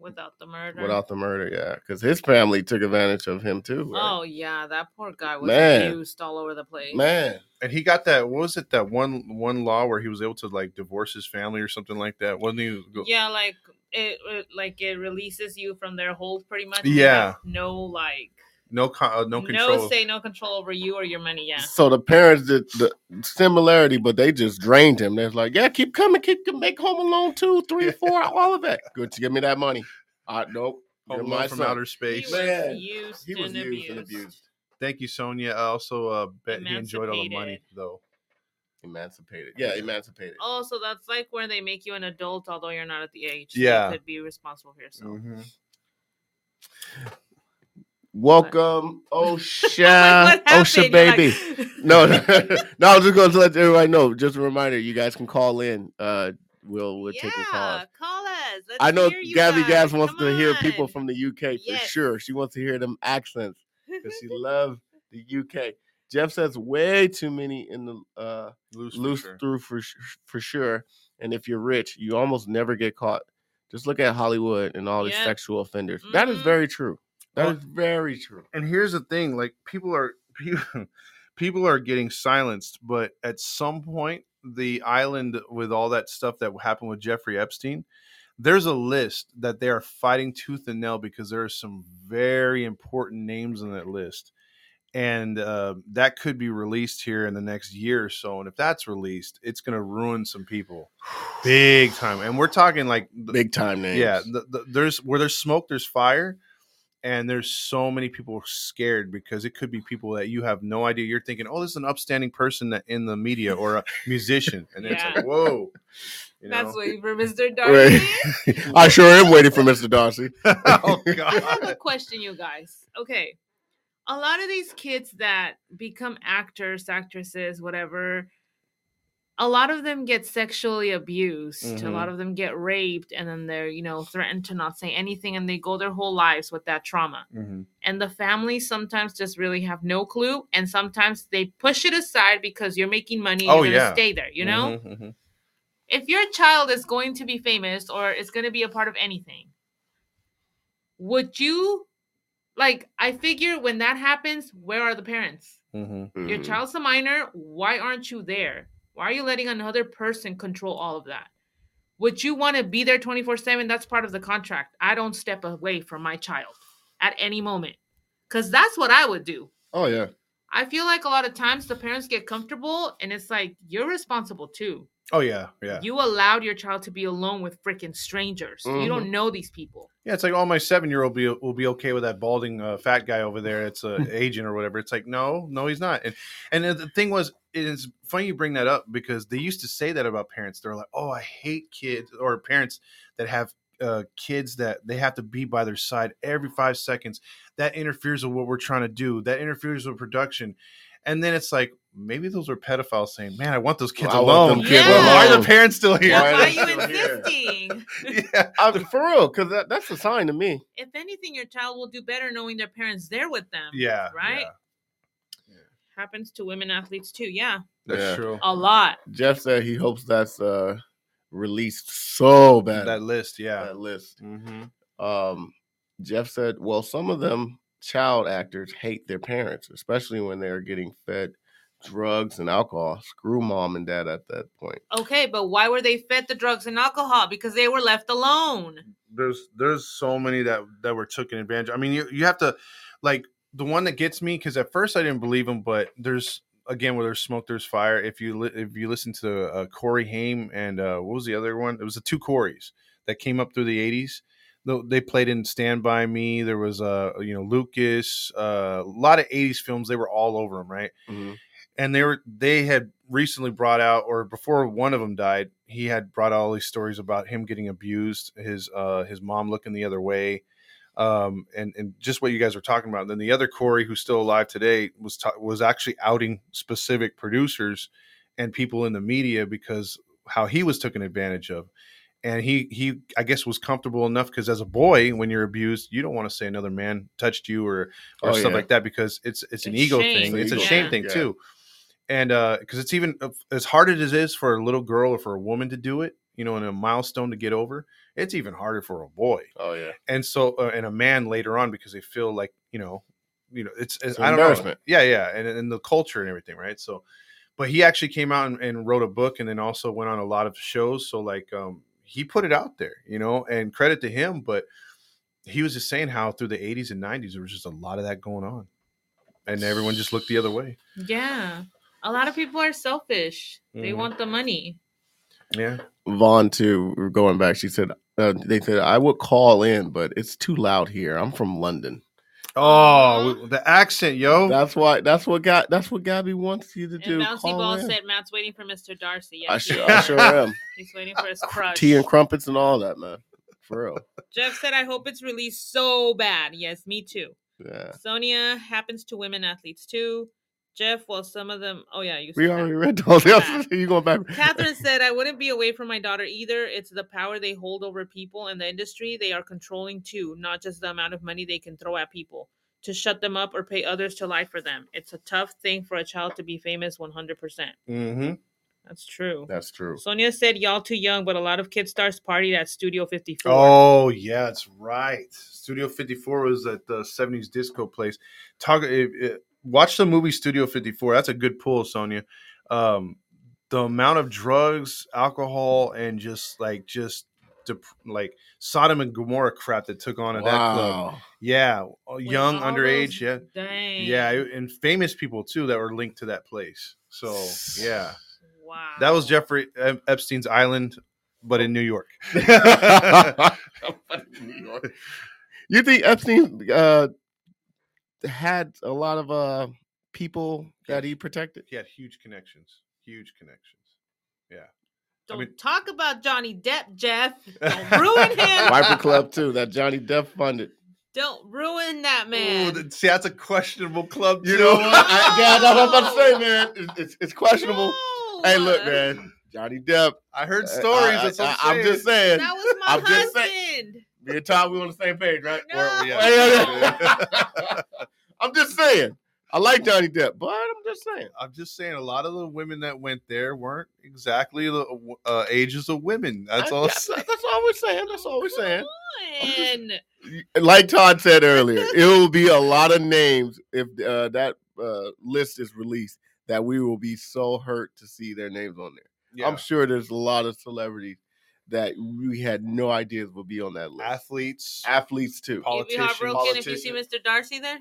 S4: Without the murder.
S2: Without the murder, yeah, because his family took advantage of him too. right?
S4: Oh yeah, that poor guy was
S2: Man.
S4: abused all over the place.
S2: Man,
S1: And he got that. What was it? That one one law where he was able to like divorce his family or something like that. Wasn't he? go-
S4: Yeah, like it, it- like it releases you from their hold pretty much. You
S1: Yeah.
S4: have No like
S1: No, con- uh, no
S4: no,
S1: control.
S4: say no control over you or your money. Yeah.
S2: so the parents did the similarity, but they just drained him. They're like, "Yeah, keep coming, keep make Home Alone two, three,
S1: Yeah.
S2: four, all of that. Good, to give me that money. I "Uh, nope, You're
S1: Hello
S2: my
S1: from
S2: son.
S1: outer space.
S2: Man,
S4: used
S2: He was used and abused,
S1: Thank you, Sonia. I also uh, bet he enjoyed all the money,
S4: Emancipated.
S1: though.
S2: emancipated. Yeah, emancipated.
S4: Oh, so that's like where they make you an adult, although you're not at the age. so
S1: Yeah.
S4: you could be responsible for yourself.
S2: Welcome,
S3: I'm
S2: Uh, OSHA,
S3: like, what
S2: OSHA
S3: happened? You're like-
S2: oh, baby. no, no, no, I was just going to let everybody know. Just a reminder, you guys can call in. Uh, we'll we're taking calls.
S4: yeah, call us. Let's
S2: I know
S4: hear you
S2: Gabby
S4: guys.
S2: Gabs wants
S4: Come
S2: to hear people
S4: on.
S2: from the UK for
S4: Yes.
S2: sure. She wants to hear them accents because she loves the UK. Jeff says way too many in the uh,
S1: Loose, for
S2: loose
S1: sure.
S2: through for sh- for sure. And if you're rich, you almost never get caught. Just look at Hollywood and all these
S4: Yep.
S2: sexual offenders. That is
S4: Mhm.
S2: very true. That is
S1: Well-
S2: very true.
S1: and here's the thing like people are people are getting silenced but at some point the island with all that stuff that happened with jeffrey epstein there's a list that they are fighting tooth and nail because there are some very important names on that list and uh, that could be released here in the next year or so and if that's released it's going to ruin some people big time and we're talking like
S2: Big time names.
S1: yeah, the, the, there's where there's smoke, there's fire, and there's so many people scared because it could be people that you have no idea. You're thinking, oh, this is an upstanding person that in the media or a musician, and then it's
S4: Yeah.
S1: like, whoa, you know?
S4: That's waiting for Mr. Darcy.
S2: Right. I sure am waiting for Mr. Darcy.
S1: oh
S4: I have a
S1: god,
S4: question, you guys. Okay. A lot of these kids that become actors, actresses, whatever, a lot of them get sexually abused. A
S2: Mm-hmm.
S4: lot of them get raped, and then they're, you know, threatened to not say anything, and they go their whole lives with that trauma.
S1: Mhm.
S4: And the families sometimes just really have no clue, and sometimes they push it aside because you're making money and
S1: Oh,
S4: you're
S1: yeah.
S4: gonna stay there, you know?
S2: Mm-hmm,
S1: Mhm, mhm.
S4: if your child is going to be famous or is going to be a part of anything, would you like? I figure when that happens, where are the parents?
S1: Mhm.
S4: Your
S2: Mm.
S4: child's a minor. Why aren't you there? Why are you letting another person control all of that? Would you want to be there 24 7? That's part of the contract. I don't step away from my child at any moment because that's what I would do.
S2: Oh yeah.
S4: I feel like a lot of times the parents get comfortable and it's like, you're responsible too
S1: Oh yeah, yeah,
S4: you allowed your child to be alone with freaking strangers.
S1: Mm-hmm.
S4: You don't know these people.
S1: yeah. It's like, oh, my seven-year-old be, will be okay with that balding uh, fat guy over there. It's an agent or whatever. It's like, no, no, he's not. And and the thing was, it's funny you bring that up because they used to say that about parents. They're like, "Oh, I hate kids or parents that have uh, kids that they have to be by their side every five seconds. That interferes with what we're trying to do. That interferes with production." And then it's like, maybe those were pedophiles saying, "Man, I want those kids
S2: I want
S1: alone.
S2: them kids
S4: Yeah.
S1: Why are the
S2: alone.
S1: parents still here?
S2: Yeah,
S4: Why
S2: Why
S4: are
S2: are
S4: you
S2: they still here?
S4: insisting?
S1: yeah,
S2: I, for real, because that, that's a sign to me.
S4: if anything, your child will do better knowing their parents there with them.
S1: yeah,
S4: Right?
S1: yeah.
S4: Happens to women athletes too. Yeah.
S1: That's
S2: Yeah.
S1: true.
S4: A lot.
S2: Jeff said he hopes that's uh released so bad.
S1: That list, yeah.
S2: that list.
S1: Mm-hmm.
S2: Um, Jeff said, well, some of them child actors hate their parents, especially when they're getting fed drugs and alcohol. Screw mom and dad at that point.
S4: Okay, but why were they fed the drugs and alcohol? Because they were left alone.
S1: there's there's so many that that were taken advantage. I mean, you you have to like the one that gets me because at first I didn't believe him, but there's again where there's smoke, there's fire. If you li- if you listen to uh, Corey Haim and uh, what was the other one? It was the two Corys that came up through the '80s. Tho- They played in Stand by Me. There was uh, you know Lucas, uh, a lot of '80s films. They were all over him, right?
S2: Mm-hmm.
S1: and they were they had recently brought out or before one of them died he had brought out all these stories about him getting abused his uh his mom looking the other way um and and just what you guys were talking about and then the other corey who's still alive today was ta- was actually outing specific producers and people in the media because how he was taken advantage of and he he i guess was comfortable enough because as a boy when you're abused you don't want to say another man touched you or or
S2: Oh,
S1: stuff
S2: yeah.
S1: like that because it's it's an
S4: It's
S1: ego
S4: shame.
S1: thing it's a
S4: Yeah.
S1: shame thing
S2: Yeah.
S1: too and uh because it's even as hard as it is for a little girl or for a woman to do it you know and a milestone to get over it's even harder for a boy
S2: Oh yeah.
S1: and so uh, and a man later on because they feel like you know you know it's, it's
S2: an
S1: i don't know
S2: embarrassment.
S1: yeah yeah and, and the culture and everything right so but he actually came out and, and wrote a book and then also went on a lot of shows so like um he put it out there you know and credit to him but he was just saying how through the 80s and 90s there was just a lot of that going on and everyone just looked the other way
S4: Yeah. A lot of people are selfish. They
S2: Mm-hmm.
S1: Mhm.
S4: want the money.
S1: yeah
S2: Vaughn too. We're going back. She said, uh, they said I would call in, but it's too loud here. I'm from London.
S1: Oh, w- the accent, yo.
S2: That's why. That's what got. That's what Gabby wants you to
S4: And
S2: do.
S4: Bouncy
S2: call
S4: Ball
S2: in.
S4: said Matt's waiting for Mr. Darcy.
S2: I
S4: Yes, he
S2: sure,
S4: is.
S2: I sure am.
S4: he's waiting for his crush.
S2: Tea and crumpets and all that, man. For real.
S4: Jeff said, I hope it's released so bad. Yes, me too.
S2: Yeah.
S4: Sonia happens to women athletes too. Jeff, well, some of them. Oh yeah, you.
S2: We
S4: said that.
S2: already read all the You going back?
S4: Catherine said, I wouldn't be away from my daughter either. It's the power they hold over people and the industry they are controlling too, not just the amount of money they can throw at people to shut them up or pay others to lie for them. It's a tough thing for a child to be famous 100%.
S1: Mm-hmm.
S4: That's true.
S2: That's true.
S4: Sonia said, Y'all too young, but a lot of kid stars partied at Studio 54.
S1: Oh yeah, that's right. Studio 54 was at the 70s disco place. Talk. It, it, watch the movie Studio 54. That's a good pull, Sonia. Um, the amount of drugs, alcohol, and just like just dep- like Sodom and Gomorrah crap that took on at that club.
S2: Wow.
S1: Yeah, uh,
S4: With
S1: young,
S4: all
S1: underage.
S4: those-
S1: Yeah,
S4: Dang.
S1: yeah, and famous people too that were linked to that place. So yeah.
S4: Wow.
S1: That was Jeffrey Ep- Epstein's Island, but in New York.
S2: you think Epstein uh, had a lot of uh, people that he protected?
S1: he had huge connections. Huge connections.
S4: Don't
S1: mean-
S4: talk about Johnny Depp, Jeff. Don't ruin him.
S2: Viper Club too. That Johnny Depp funded.
S4: Don't ruin that man.
S1: Ooh, Oh, th- see, that's a questionable club.
S2: You
S1: too.
S2: know what? I, yeah, that's what I'm about to say, man. It's, it's, it's questionable.
S4: No.
S2: Hey, look, man. Johnny Depp. uh,
S1: I heard
S2: I-
S1: stories.
S2: I,
S1: that's what
S2: am just saying.
S4: That was my
S2: I'm just
S4: husband.
S2: Me and Tom, we on the same page, right?
S4: No. We're- we-
S1: yeah.
S2: I'm just saying. I like Johnny Depp, but I'm just saying.
S1: I'm just saying, a lot of the women that went there weren't exactly the uh, ages of women. That's all. I'm
S2: That's,
S1: saying.
S2: that's all we're saying. That's all we're saying.
S4: And
S2: Like Todd said earlier, it will be a lot of names if uh, that uh, list is released that we will be so hurt to see their names on there. I'm
S1: Yeah.
S2: sure there's a lot of celebrities that we had no ideas would be on that list.
S1: athletes,
S2: Athletes too.
S4: you'll be
S1: politicians.
S4: heartbroken if you see Mr. Darcy there.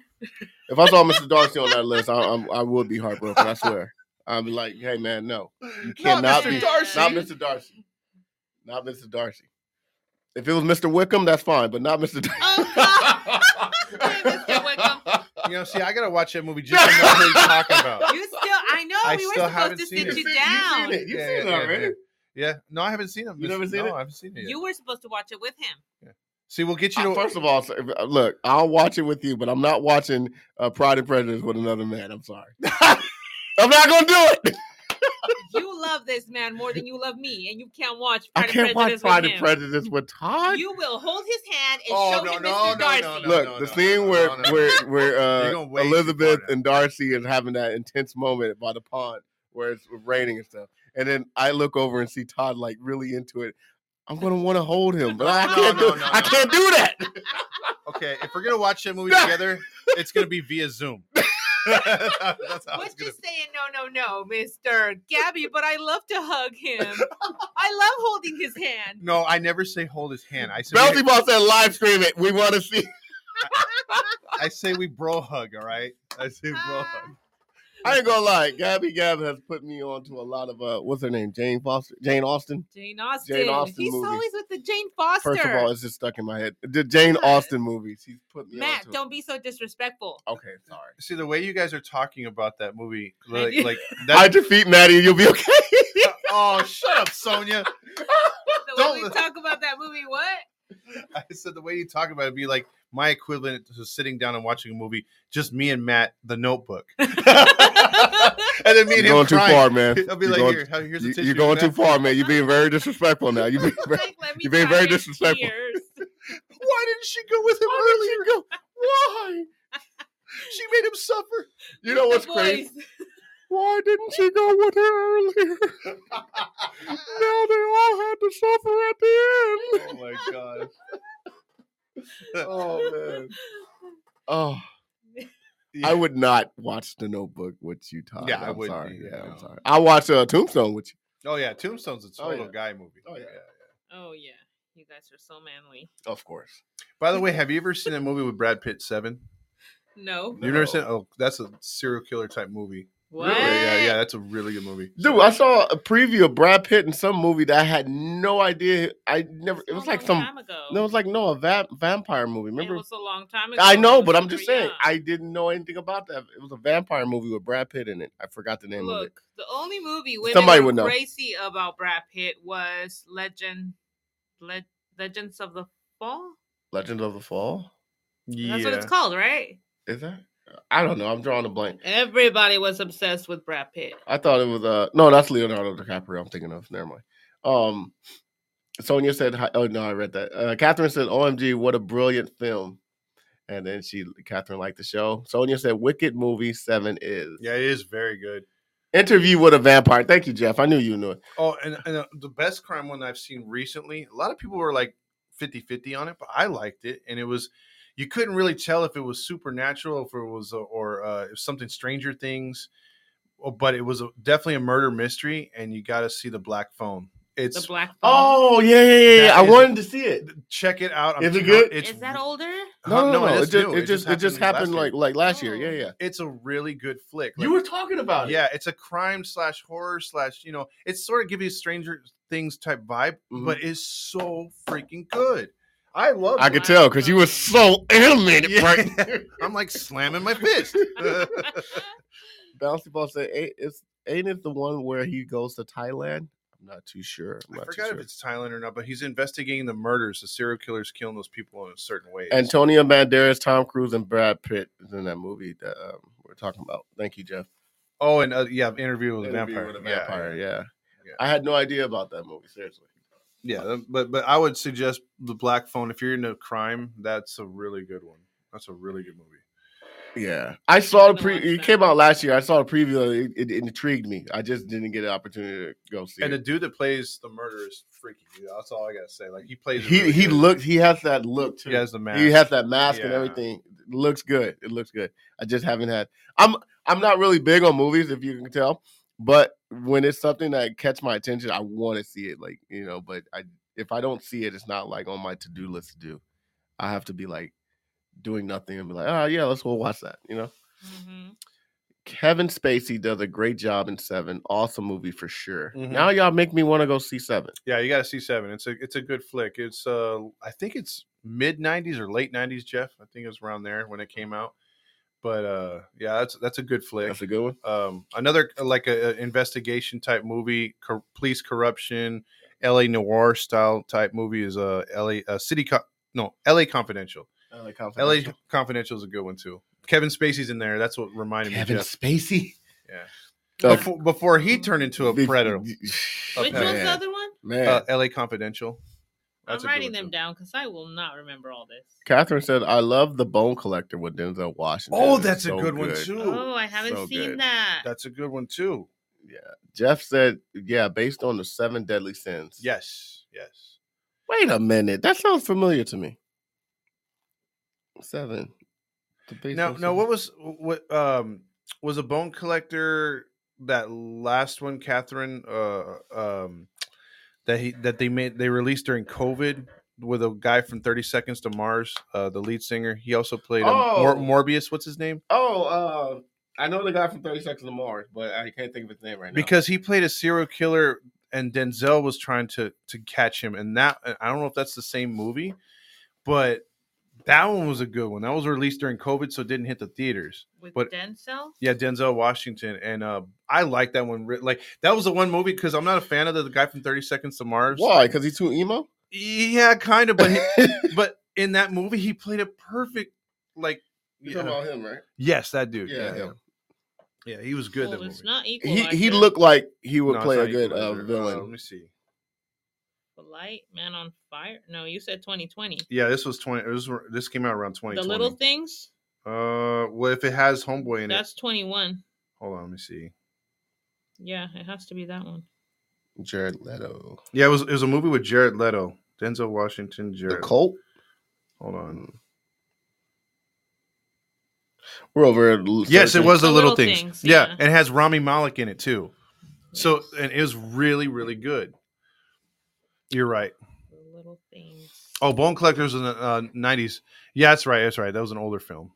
S2: If I saw Mr. Darcy on that list, I, I'm, I would be heartbroken. I swear. I'd be like, hey man, no, you
S1: Not
S2: cannot
S1: Mr.
S2: be.
S1: Darcy.
S2: Not Mr. Darcy. Not Mr. Darcy. If it was Mr. Wickham, that's fine, but not Mr. Darcy.
S4: Oh, God. Hey, Mr. Wickham.
S1: You know, see, I gotta watch that movie just to know who he's talking about.
S4: You still, I know
S1: I
S4: we were
S1: still
S4: supposed
S1: haven't
S4: to
S1: seen it.
S4: sit you
S2: You've seen-
S4: down.
S2: you've seen it. You've seen it already.
S1: Yeah, yeah. No, I haven't seen him.
S2: You never seen
S1: no,
S2: it?
S1: I haven't seen it. Yet.
S4: You were supposed to watch it with him.
S1: see, we'll get you to
S2: Uh, First of all, sir, if- uh, look, I'll watch it with you, but I'm not watching uh, Pride and Prejudice with another man. I'm sorry. I'm not gonna do it.
S4: You love this man more than you love me, and you can't watch
S2: I
S4: Pride and
S2: can't watch
S4: Prejudice
S2: Pride
S4: with
S2: and
S4: him.
S2: Prejudice with Todd.
S4: You will hold his hand and
S1: Oh,
S4: show
S1: no,
S4: him
S1: no,
S4: Mr.
S1: no, no,
S4: Darcy.
S1: no.
S2: Look, the
S1: no,
S2: scene
S1: no,
S2: where
S1: no, no.
S2: where where
S1: You're
S2: uh,
S1: going way too far
S2: Elizabeth
S1: now.
S2: and Darcy is having that intense moment by the pond where it's raining and stuff, and then I look over and see Todd like really into it. I'm gonna want to hold him, but I
S1: No,
S2: can't
S1: no,
S2: do
S1: no,
S2: I
S1: no.
S2: can't do that.
S1: Okay, if we're gonna watch that movie together, it's gonna be via Zoom. That's how
S4: What
S1: it's
S4: you
S1: gonna be.
S4: saying? No, no, no, Mister Gabby. But I love to hug him. I love holding his hand.
S1: No, I never say hold his hand. I say
S2: Bouncy
S1: we,
S2: Ball said, "Live stream it. We want to see."
S1: I say we bro hug. All right, I say bro
S4: Ah.
S1: hug.
S2: I ain't gonna lie, Gabby Gab has put me on to a lot of uh, what's her name, Jane Foster, Jane Austin.
S4: Jane Austen.
S2: Austen
S4: He's
S2: movie.
S4: always with the Jane Foster.
S2: First of all, it's just stuck in my head. The Jane Austen movies. He's put me
S4: Matt,
S2: on.
S4: don't be so disrespectful.
S2: Okay, sorry.
S1: See the way you guys are talking about that movie,
S4: I
S1: like,
S4: did.
S1: like
S2: I
S1: that.
S2: defeat Maddie, you'll be okay.
S1: oh, shut up, Sonia.
S4: The way we
S1: Don't-
S4: talk about that movie, what?
S1: I said the way you talk about it would be like my equivalent to sitting down and watching a movie, just me and Matt, The Notebook, and then me
S2: You're
S1: and
S2: going
S1: him
S2: too
S1: crying.
S2: far, man.
S1: I'll be
S2: You're
S1: like,
S2: going-
S1: here, here's a
S2: you-
S1: tissue.
S2: You're going too
S1: Matt."
S2: far, man. You're being very disrespectful now. You're being very,
S4: Like, let me
S2: you're being
S4: dry
S2: very
S4: your
S2: disrespectful.
S4: tears.
S1: Why didn't she go with him
S2: Why
S1: earlier? Why? She made him suffer.
S2: you know what's
S4: The
S2: crazy?
S4: boys.
S2: Why didn't she go with her earlier? now they all had to suffer at the end.
S1: Oh my god.
S2: Oh man. Oh.
S1: Yeah.
S2: I would not watch The Notebook with you, Todd.
S1: Yeah, I
S2: I'm
S1: wouldn't
S2: sorry.
S1: either,
S2: Yeah,
S1: no.
S2: I'm sorry. I watch uh, Tombstone with you.
S1: Oh yeah, Tombstone's a
S2: Oh,
S1: total
S2: yeah.
S1: guy movie.
S2: Oh, yeah.
S4: Oh yeah, you guys are so manly.
S2: Of course.
S1: By the way, have you ever seen that movie with Brad Pitt? Seven.
S4: No.
S1: You've never seen?
S2: No.
S1: Oh, that's a serial killer type movie.
S4: What?
S1: Yeah, yeah, that's a really good movie.
S2: Dude, I saw a preview of Brad Pitt in some movie that I had no idea. I never. It was
S4: a
S2: like
S4: long
S2: some.
S4: time ago.
S2: No, it was like no, a va- vampire movie. Remember?
S4: It was a long time ago.
S2: I know,
S4: You
S2: but I'm
S4: were
S2: just saying
S4: young.
S2: I didn't know anything about that. It was a vampire movie with Brad Pitt in it. I forgot the name of it.
S4: Look, the only movie women
S2: Somebody
S4: Somebody
S2: would know.
S4: crazy about Brad Pitt was Legend, Le- Legends of the Fall.
S2: Legend of the Fall.
S1: Yeah,
S4: That's what it's called, right?
S2: Is that? I don't know. I'm drawing a blank.
S4: Everybody was obsessed with Brad Pitt.
S2: I thought it was uh no, that's Leonardo DiCaprio. I'm thinking of. Never mind. Um, Sonia said, hi- "Oh no, I read that." Uh, Catherine said, "OMG, what a brilliant film!" And then she, Catherine, liked the show. Sonia said, "Wicked movie seven is
S1: yeah, it is very good.
S2: interview with a vampire." Thank you, Jeff. I knew you knew it.
S1: Oh, and, and uh, the best crime one I've seen recently, a lot of people were like 50 50 on it, but I liked it. And it was, you couldn't really tell if it was supernatural, if it was, uh, or uh, if something Stranger Things, Oh, but it was a, definitely a murder mystery. And you got to see the black phone.
S4: The
S1: It's,
S4: Black Phone.
S2: Oh yeah, yeah, yeah. yeah.
S1: Uh, That
S2: I
S1: is-
S2: wanted to see it.
S1: check it out.
S2: Is it
S1: telling-
S2: good?
S1: It's,
S4: is that older?
S2: No,
S1: huh,
S2: no, no. It
S1: it's
S2: just,
S1: new.
S2: it just, it just
S1: last
S2: happened
S1: year.
S2: like like last year. Yeah,
S4: Oh.
S2: yeah.
S1: it's a really good flick.
S2: You
S1: Like,
S2: were talking about it.
S1: yeah, it's a crime slash horror slash, you know, it's sort of gives you Stranger Things type vibe,
S2: Mhm.
S1: but it's so freaking good. I love
S2: I
S1: it.
S2: could tell because you were so animated
S1: Oh, Yeah.
S2: right there.
S1: I'm like slamming my fist.
S4: Mm-hmm.
S2: Bouncy Ball said, ain't, it's, ain't it the one where he goes to Thailand? I'm not too sure. I'm
S1: I
S2: not too
S1: forgot if
S2: sure.
S1: it's Thailand or not, but he's investigating the murders, the serial killers killing those people in a certain way.
S2: Antonio Banderas, Tom Cruise, and Brad Pitt is in that movie that um, we're talking about. Thank you, Jeff.
S1: oh, and uh, yeah, interview with a
S2: Interview
S1: vampire.
S2: with a
S1: Yeah,
S2: vampire, yeah.
S1: Yeah.
S2: I had no idea about that movie, seriously.
S1: Yeah, th- but but I would suggest the Black Phone if you're into crime. That's a really good one. That's a really good movie.
S2: Yeah. I saw the
S4: gonna
S2: pre
S4: watch
S2: it
S4: that.
S2: came out last year. I saw the preview. It, it intrigued me. I just didn't get an opportunity to go see
S1: And the
S2: it.
S1: dude that plays the murderer is freaky. Dude. That's all I gotta say. Like he plays. it
S2: He
S1: really
S2: he
S1: good.
S2: looks he has that look too.
S1: He has the mask.
S2: He has that mask and
S1: Yeah.
S2: everything. It looks good. It looks good. I just haven't had. I'm I'm not really big on movies, if you can tell. But when it's something that catch my attention, I want to see it. Like you know, but I if I don't see it, it's not like on my to do list to do. I have to be like doing nothing and be like, oh yeah, let's go watch that. You know,
S4: Mhm.
S2: Kevin Spacey does a great job in Seven. Awesome movie for sure.
S1: Mhm.
S2: Now y'all make me want to go see Seven.
S1: Yeah, you gotta see Seven. It's a it's a good flick. It's uh I think it's mid '90s or late '90s, Jeff. I think it was around there when it came out. But uh yeah, that's that's a good flick.
S2: That's a good one.
S1: um, another uh, like a, a investigation type movie, cor- police corruption, L.A. noir style type movie is uh, L.A. Uh, City Co- no L.A. Confidential.
S2: LA
S1: L.A. Confidential is a good one too. Kevin Spacey's in there. That's what reminded
S2: Kevin
S1: me. Jeff.
S2: Spacey.
S1: Yeah.
S2: Uh,
S1: Before, before he turned into a
S2: Be-
S1: predator,
S4: Which
S1: Okay.
S4: one's the other one?
S2: Man.
S1: uh, L.A. Confidential. That's a good
S4: I'm writing
S1: one,
S4: them
S1: too.
S4: down because I will not remember all this.
S2: Catherine said, I love The Bone Collector with Denzel Washington.
S1: Oh,
S2: It's
S1: that's
S2: so
S1: a good, one too.
S4: Oh, I haven't
S2: so
S4: seen
S2: good.
S4: that.
S1: That's a good one too.
S2: Yeah. Jeff said, yeah, based on the seven deadly sins.
S1: Yes, yes.
S2: Wait a minute. That sounds familiar to me. Seven. The based
S1: Now,
S2: on
S1: now,
S2: seven.
S1: what was what um was a bone collector that last one, Catherine? Uh, um, that he that they made they released during COVID with a guy from Thirty Seconds to Mars, uh, the lead singer. He also played um,
S2: Oh.
S1: Mor- Morbius. What's his name?
S2: Oh, uh, I know the guy from 30 Seconds to Mars, but I can't think of his name right now.
S1: Because he played a serial killer, and Denzel was trying to to catch him. And that I don't know if that's the same movie, but that one was a good one. That was released during COVID, so it didn't hit the theaters.
S4: With
S1: But-
S4: Denzel?
S1: Yeah, Denzel Washington, and uh, I like that one. re- Like that was the one movie because I'm not a fan of the, the guy from Thirty Seconds to Mars.
S2: Why? Because he's too emo?
S1: Yeah, kind of, but he, but in that movie he played a perfect like.
S2: You're
S1: yeah.
S2: talking about him, right?
S1: Yes, that dude.
S2: Yeah,
S1: yeah,
S2: him.
S1: yeah. he was good.
S4: Well,
S1: that movie.
S4: it's not equal.
S2: He, he looked like he would
S1: No, it's
S2: play
S1: not
S2: a good uh,
S1: Equalizer. let
S2: villain.
S1: me see.
S4: Light Man on Fire. No, you said 2020.
S1: Yeah, this was twenty. It was, this came out around twenty.
S4: The Little Things.
S1: uh, well, if it has Homeboy in it,
S4: That's 21.
S1: hold on, let me see.
S4: Yeah, it has to be that one.
S1: Um,
S2: Jared Leto.
S1: Yeah, it was it was a movie with Jared Leto, Denzel Washington,
S2: The
S1: Jared.
S2: cult?
S1: Hold on.
S2: We're over. at l-
S1: Yes, it
S2: searching.
S1: was the,
S4: The
S1: little,
S4: Little
S1: things.
S4: Things,
S1: Yeah.
S4: yeah.
S1: and it has Rami Malek in it too. So eh, and it was really really good. You're right.
S4: The Little Things.
S1: Oh, Bone Collectors in the uh, '90s. Yeah, that's right. That's right. That was an older film.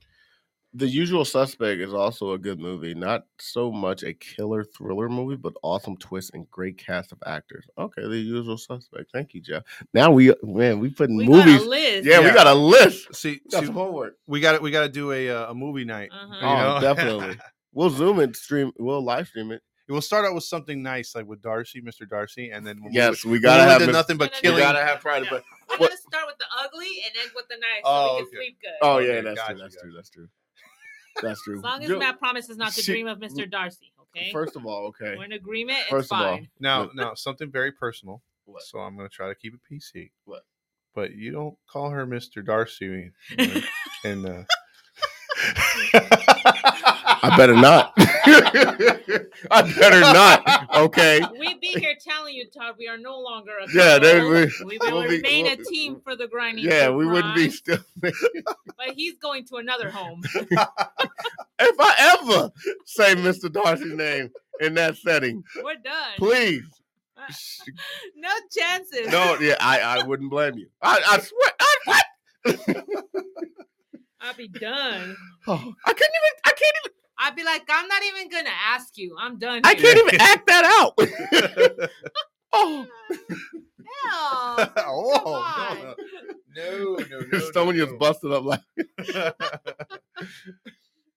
S2: The Usual Suspect is also a good movie. Not so much a killer thriller movie, but awesome twist and great cast of actors. Okay, The Usual Suspect. Thank you, Jeff. Now we man, we putting
S4: We
S2: movies.
S4: got a list.
S2: yeah, we
S1: Yeah.
S2: got a list.
S1: See,
S2: Got
S1: see,
S2: some homework.
S1: we got it. We got to do a uh, a movie night.
S4: Uh-huh.
S1: you
S2: Oh,
S1: know?
S2: definitely. We'll zoom it, stream. We'll live stream it.
S1: we'll start out with something nice, like with Darcy, Mr. Darcy, and then we'll
S2: Yes, we
S1: we got
S2: gotta have. Mis-
S1: nothing but
S4: No, no, no,
S2: we
S1: killing.
S2: gotta have Friday.
S4: No.
S2: But
S4: We're
S2: What-
S4: gonna start with the ugly and end with the nice,
S1: Oh,
S4: so we can
S1: okay.
S4: sleep good.
S2: oh
S1: Okay,
S2: yeah, that's
S1: gotcha,
S2: true. That's
S1: gotcha.
S2: true. That's true. That's true.
S4: As long as
S2: Yo,
S4: Matt promises not to
S2: She-
S4: dream of Mr. Darcy, okay?
S2: First of all, okay.
S4: We're in agreement. It's
S2: First of all,
S4: fine.
S1: Now,
S2: Look.
S1: now something very personal.
S2: What?
S1: So I'm gonna try to keep it PC.
S2: What?
S1: But you don't call her Mr. Darcy. and- and uh,
S2: I better not. I better not. Okay.
S4: We'd be here telling you, Todd, we are no longer a
S2: Yeah, there
S4: couple.
S2: we-
S4: we will
S2: we'll be-
S4: remain a
S2: we'll-
S4: team for the grinding.
S2: Yeah,
S4: Crew
S2: we wouldn't be
S4: Grind,
S2: still.
S4: But he's going to another home.
S2: If I ever say Mr. Darcy's name in that setting,
S4: We're done.
S2: please.
S4: No chances.
S2: No, yeah, I, I wouldn't blame you. I, I swear. I, what?
S4: I'll be done.
S2: Oh, I couldn't even. I can't even.
S4: I'd be like, I'm not even gonna ask you. I'm done.
S2: I
S4: here.
S2: can't even act that out. oh,
S4: Hell,
S1: Oh,
S4: come on.
S1: no, no, no, no.
S2: someone
S1: no,
S2: just busted up like.
S1: no.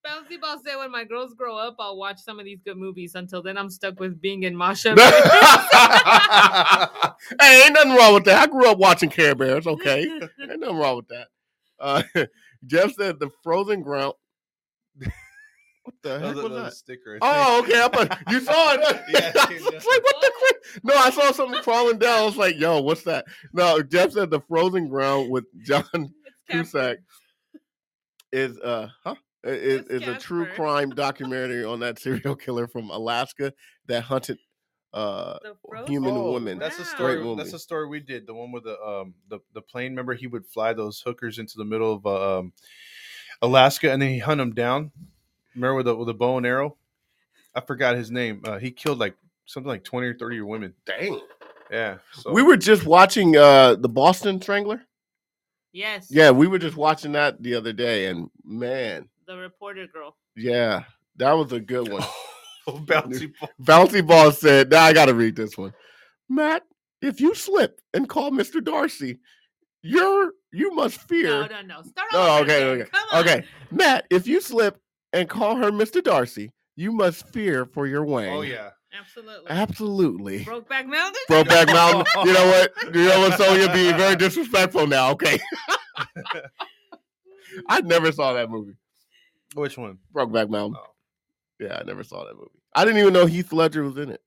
S4: Bouncy Ball said, when my girls grow up, I'll watch some of these good movies. Until then, I'm stuck with Bing and Masha.
S2: hey, ain't nothing wrong with that. I grew up watching Care Bears. Okay, ain't nothing wrong with that. Uh, Jeff said the frozen ground. What the
S1: That
S2: heck
S1: was a
S2: was
S1: little
S2: that?
S1: sticker.
S2: Oh, okay. I thought you saw it.
S1: Yeah,
S2: I was
S1: yeah.
S2: like, what the crap? No, I saw something crawling down. I was like, yo, what's that? No, Jeff said the frozen ground with John
S4: It's
S2: Cusack is uh huh is,
S4: That's
S2: is a true
S4: Casper.
S2: crime documentary on that serial killer from Alaska that hunted uh
S4: The frozen-
S2: human woman.
S1: Oh, That's the
S4: Wow.
S1: story.
S2: Great movie.
S1: That's the story we did. The one with the um the, the plane. Remember, he would fly those hookers into the middle of uh, um Alaska, and then he hunt them down. Remember with the with a bow and arrow. I forgot his name. Uh, he killed like something like twenty or thirty women.
S2: dang.
S1: Yeah. So
S2: We were just watching uh the Boston Strangler.
S4: Yes.
S2: Yeah, we were just watching that the other day and man,
S4: The reporter girl.
S2: yeah, that was a good one.
S1: Oh, bouncy ball.
S2: Bouncy Ball said, "Now I got to read this one, Matt. If you slip and call Mister Darcy, you're you must fear.
S4: No, no, no. Start
S2: No,
S4: over.
S2: okay,
S4: again.
S2: okay,
S4: Come on.
S2: okay. Matt, if you slip and call her Mister Darcy, you must fear for your wang.
S1: Oh yeah.
S4: Absolutely.
S2: Uh-huh. absolutely.
S4: Brokeback Mountain.
S2: Brokeback Mountain. You know what? You know what? Sonya being very disrespectful now. Okay, I never saw that movie,
S1: Which one?
S2: Brokeback Mountain.
S1: Oh.
S2: Yeah, I never saw that movie. I didn't even know Heath Ledger was in it.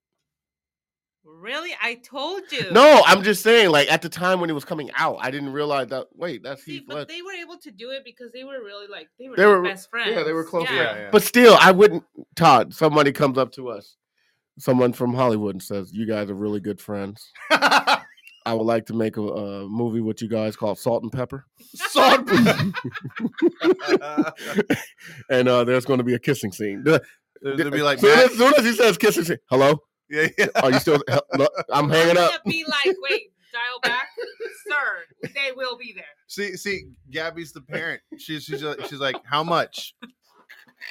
S4: Really? I told you.
S2: No, I'm just saying, like at the time when it was coming out, I didn't realize that. Wait, that's
S4: See,
S2: Heath
S4: but
S2: Ledger.
S4: they were able to do it because they were really like they were,
S2: They
S4: like
S2: were-
S4: best friends.
S2: yeah, they were close
S1: Yeah. yeah.
S2: But still, I wouldn't. Todd, somebody comes up to us, someone from Hollywood, and says, "You guys are really good friends. I would like to make a, a movie with you guys called Salt and Pepper,
S1: Salt.
S2: and uh, there's going to be a kissing scene." The-
S1: They'd be like,
S2: soon
S1: Matt,
S2: as, soon as he says kissing scene, hello,
S1: yeah, yeah.
S2: are you still? hel- no, I'm hanging up.
S4: Gonna Be like, wait, dial back, sir. They will be there.
S1: See, see, Gabby's the parent. She's she's like- she's like, how much?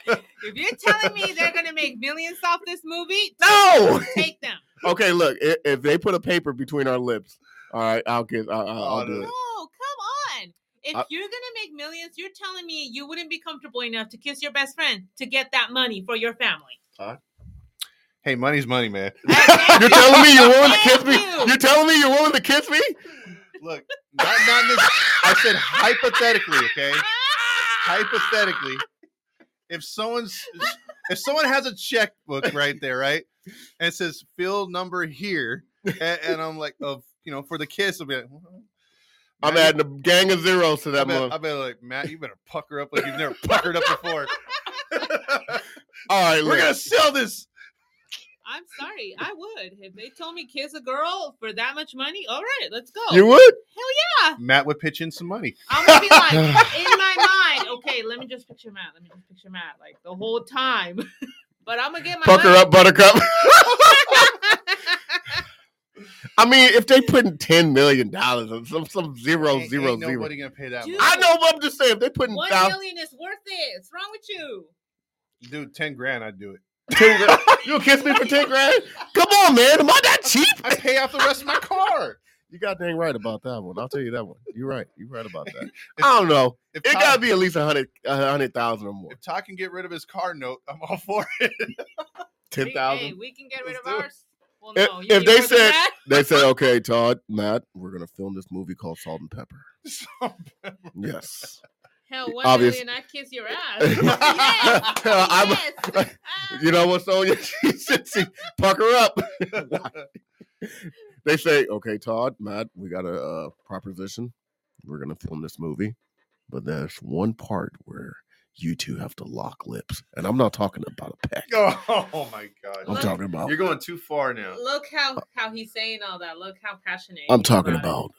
S4: If you're telling me they're gonna make millions off this movie,
S2: No.
S4: take them.
S2: Okay, look, if, if they put a paper between our lips, all right, I'll get, I'll, I'll,
S1: Oh,
S2: I'll do
S1: no.
S2: it.
S4: No, come on. If
S2: I-
S4: you're gonna make millions, you're telling me you wouldn't be comfortable enough to kiss your best friend to get that money for your family.
S1: Hey, money's money, man.
S2: You're telling me you're willing to kiss
S4: Thank
S2: me?
S4: you.
S2: You're telling me you're willing to kiss me?
S1: Look, not, not in this. I said hypothetically, okay?
S4: Ah!
S1: Hypothetically, if someone's if someone has a checkbook right there, right, and it says fill number here, and, and I'm like, of you know, for the kiss, I'll be like, well,
S2: I'm
S1: Matt,
S2: adding a gang of zeros to
S1: I
S2: that
S1: bet,
S2: month.
S1: I bet like Matt, you better pucker up like you've never puckered up before.
S2: All right,
S1: We're
S2: look.
S1: gonna sell this.
S4: I'm sorry, I would. If they told me kiss a girl for that much money, all right, let's go.
S2: You would?
S1: Matt would pitch in some money.
S4: I'm gonna be like in my mind, okay, let me just picture Matt. Let me just picture Matt like the whole time. but I'm gonna get my
S2: Pucker
S4: money.
S2: up, Buttercup. I mean, if they putting ten million dollars on some some zero
S1: Ain't-
S2: zero
S1: ain't
S2: zero.
S1: Nobody gonna pay that.
S4: Dude.
S1: much.
S2: I know, but I'm just saying if they putting
S4: One
S2: thou-
S4: million is worth it. What's wrong with you?
S1: Dude, ten grand, I'd do it.
S2: 10 grand, you'll kiss me for ten grand. Come on, man, am I that cheap?
S1: I pay off the rest of my car.
S2: You got dang right about that one. I'll tell you that one. You're right. You're right about that. I don't know.
S1: If
S2: It
S1: Todd-
S2: gotta be at least a hundred, a hundred thousand or more.
S1: If Todd can get rid of his car note, I'm all for it.
S2: Ten
S4: Hey,
S2: thousand.
S4: we can get rid
S1: Let's
S4: of
S1: do it.
S4: ours. Well,
S2: If-
S4: you
S2: if
S4: need
S2: they
S4: more than
S2: said-
S4: that?
S2: They said, okay, Todd, Matt, we're gonna film this movie called Salt and Pepper.
S1: So-
S2: Yes.
S4: hell, one
S2: obvious-
S4: million, I kiss your ass. yes,
S2: I'm-
S4: yes. Ah.
S2: You know what, Sonya? She said, "See, pucker up. they say, okay, Todd, Matt, we got a uh, proposition. We're gonna film this movie, but there's one part where you two have to lock lips, and I'm not talking about a peck.
S1: oh, my
S2: I'm
S1: god,
S4: Look,
S2: talking about.
S1: you're going too far now.
S4: Ah, Look how how he's saying all that. Look how passionate.
S2: I'm
S4: he's
S2: talking about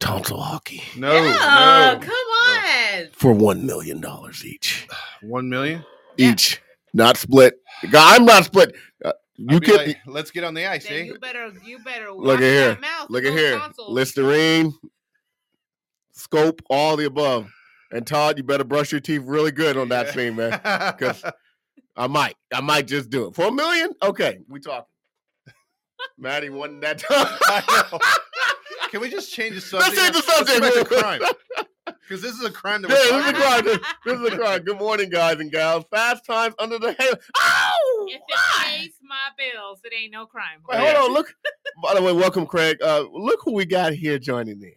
S2: tonsil hockey
S1: No,
S4: Yeah,
S1: no,
S4: come on.
S2: for one million dollars each.
S1: one million.
S4: Yeah.
S2: Each, not split. I'm not split. Uh,
S1: I'd
S2: you
S1: be
S2: can
S1: like, let's get on the ice,
S4: Then
S1: eh?
S4: you better you better
S2: Look
S4: watch
S2: at here.
S4: That mouth
S2: Look
S4: and
S2: at
S4: those
S2: here.
S4: tonsils.
S2: Listerine, scope, all the above. And Todd, you better brush your teeth really good on that
S1: Yeah.
S2: scene, man. 'Cause- I might. I might just do it. For a million? Okay, we talking. Maddie won that
S1: I know.
S2: time.
S1: Can we just change the
S2: Let's
S1: subject?
S2: change the
S1: Let's go
S2: subject.
S1: back to crime. Because this is a crime that
S2: Yeah, this
S1: we're
S2: is a
S1: talking
S2: crime. This, this is a crime. Good morning, guys and gals. Fast times under the hail. Ow!
S4: If
S2: Ah!
S4: it pays my bills, it ain't no crime.
S2: Wait,
S1: Yeah.
S2: hold on. Look. By the way, welcome, Craig. Uh, look who we got here joining in.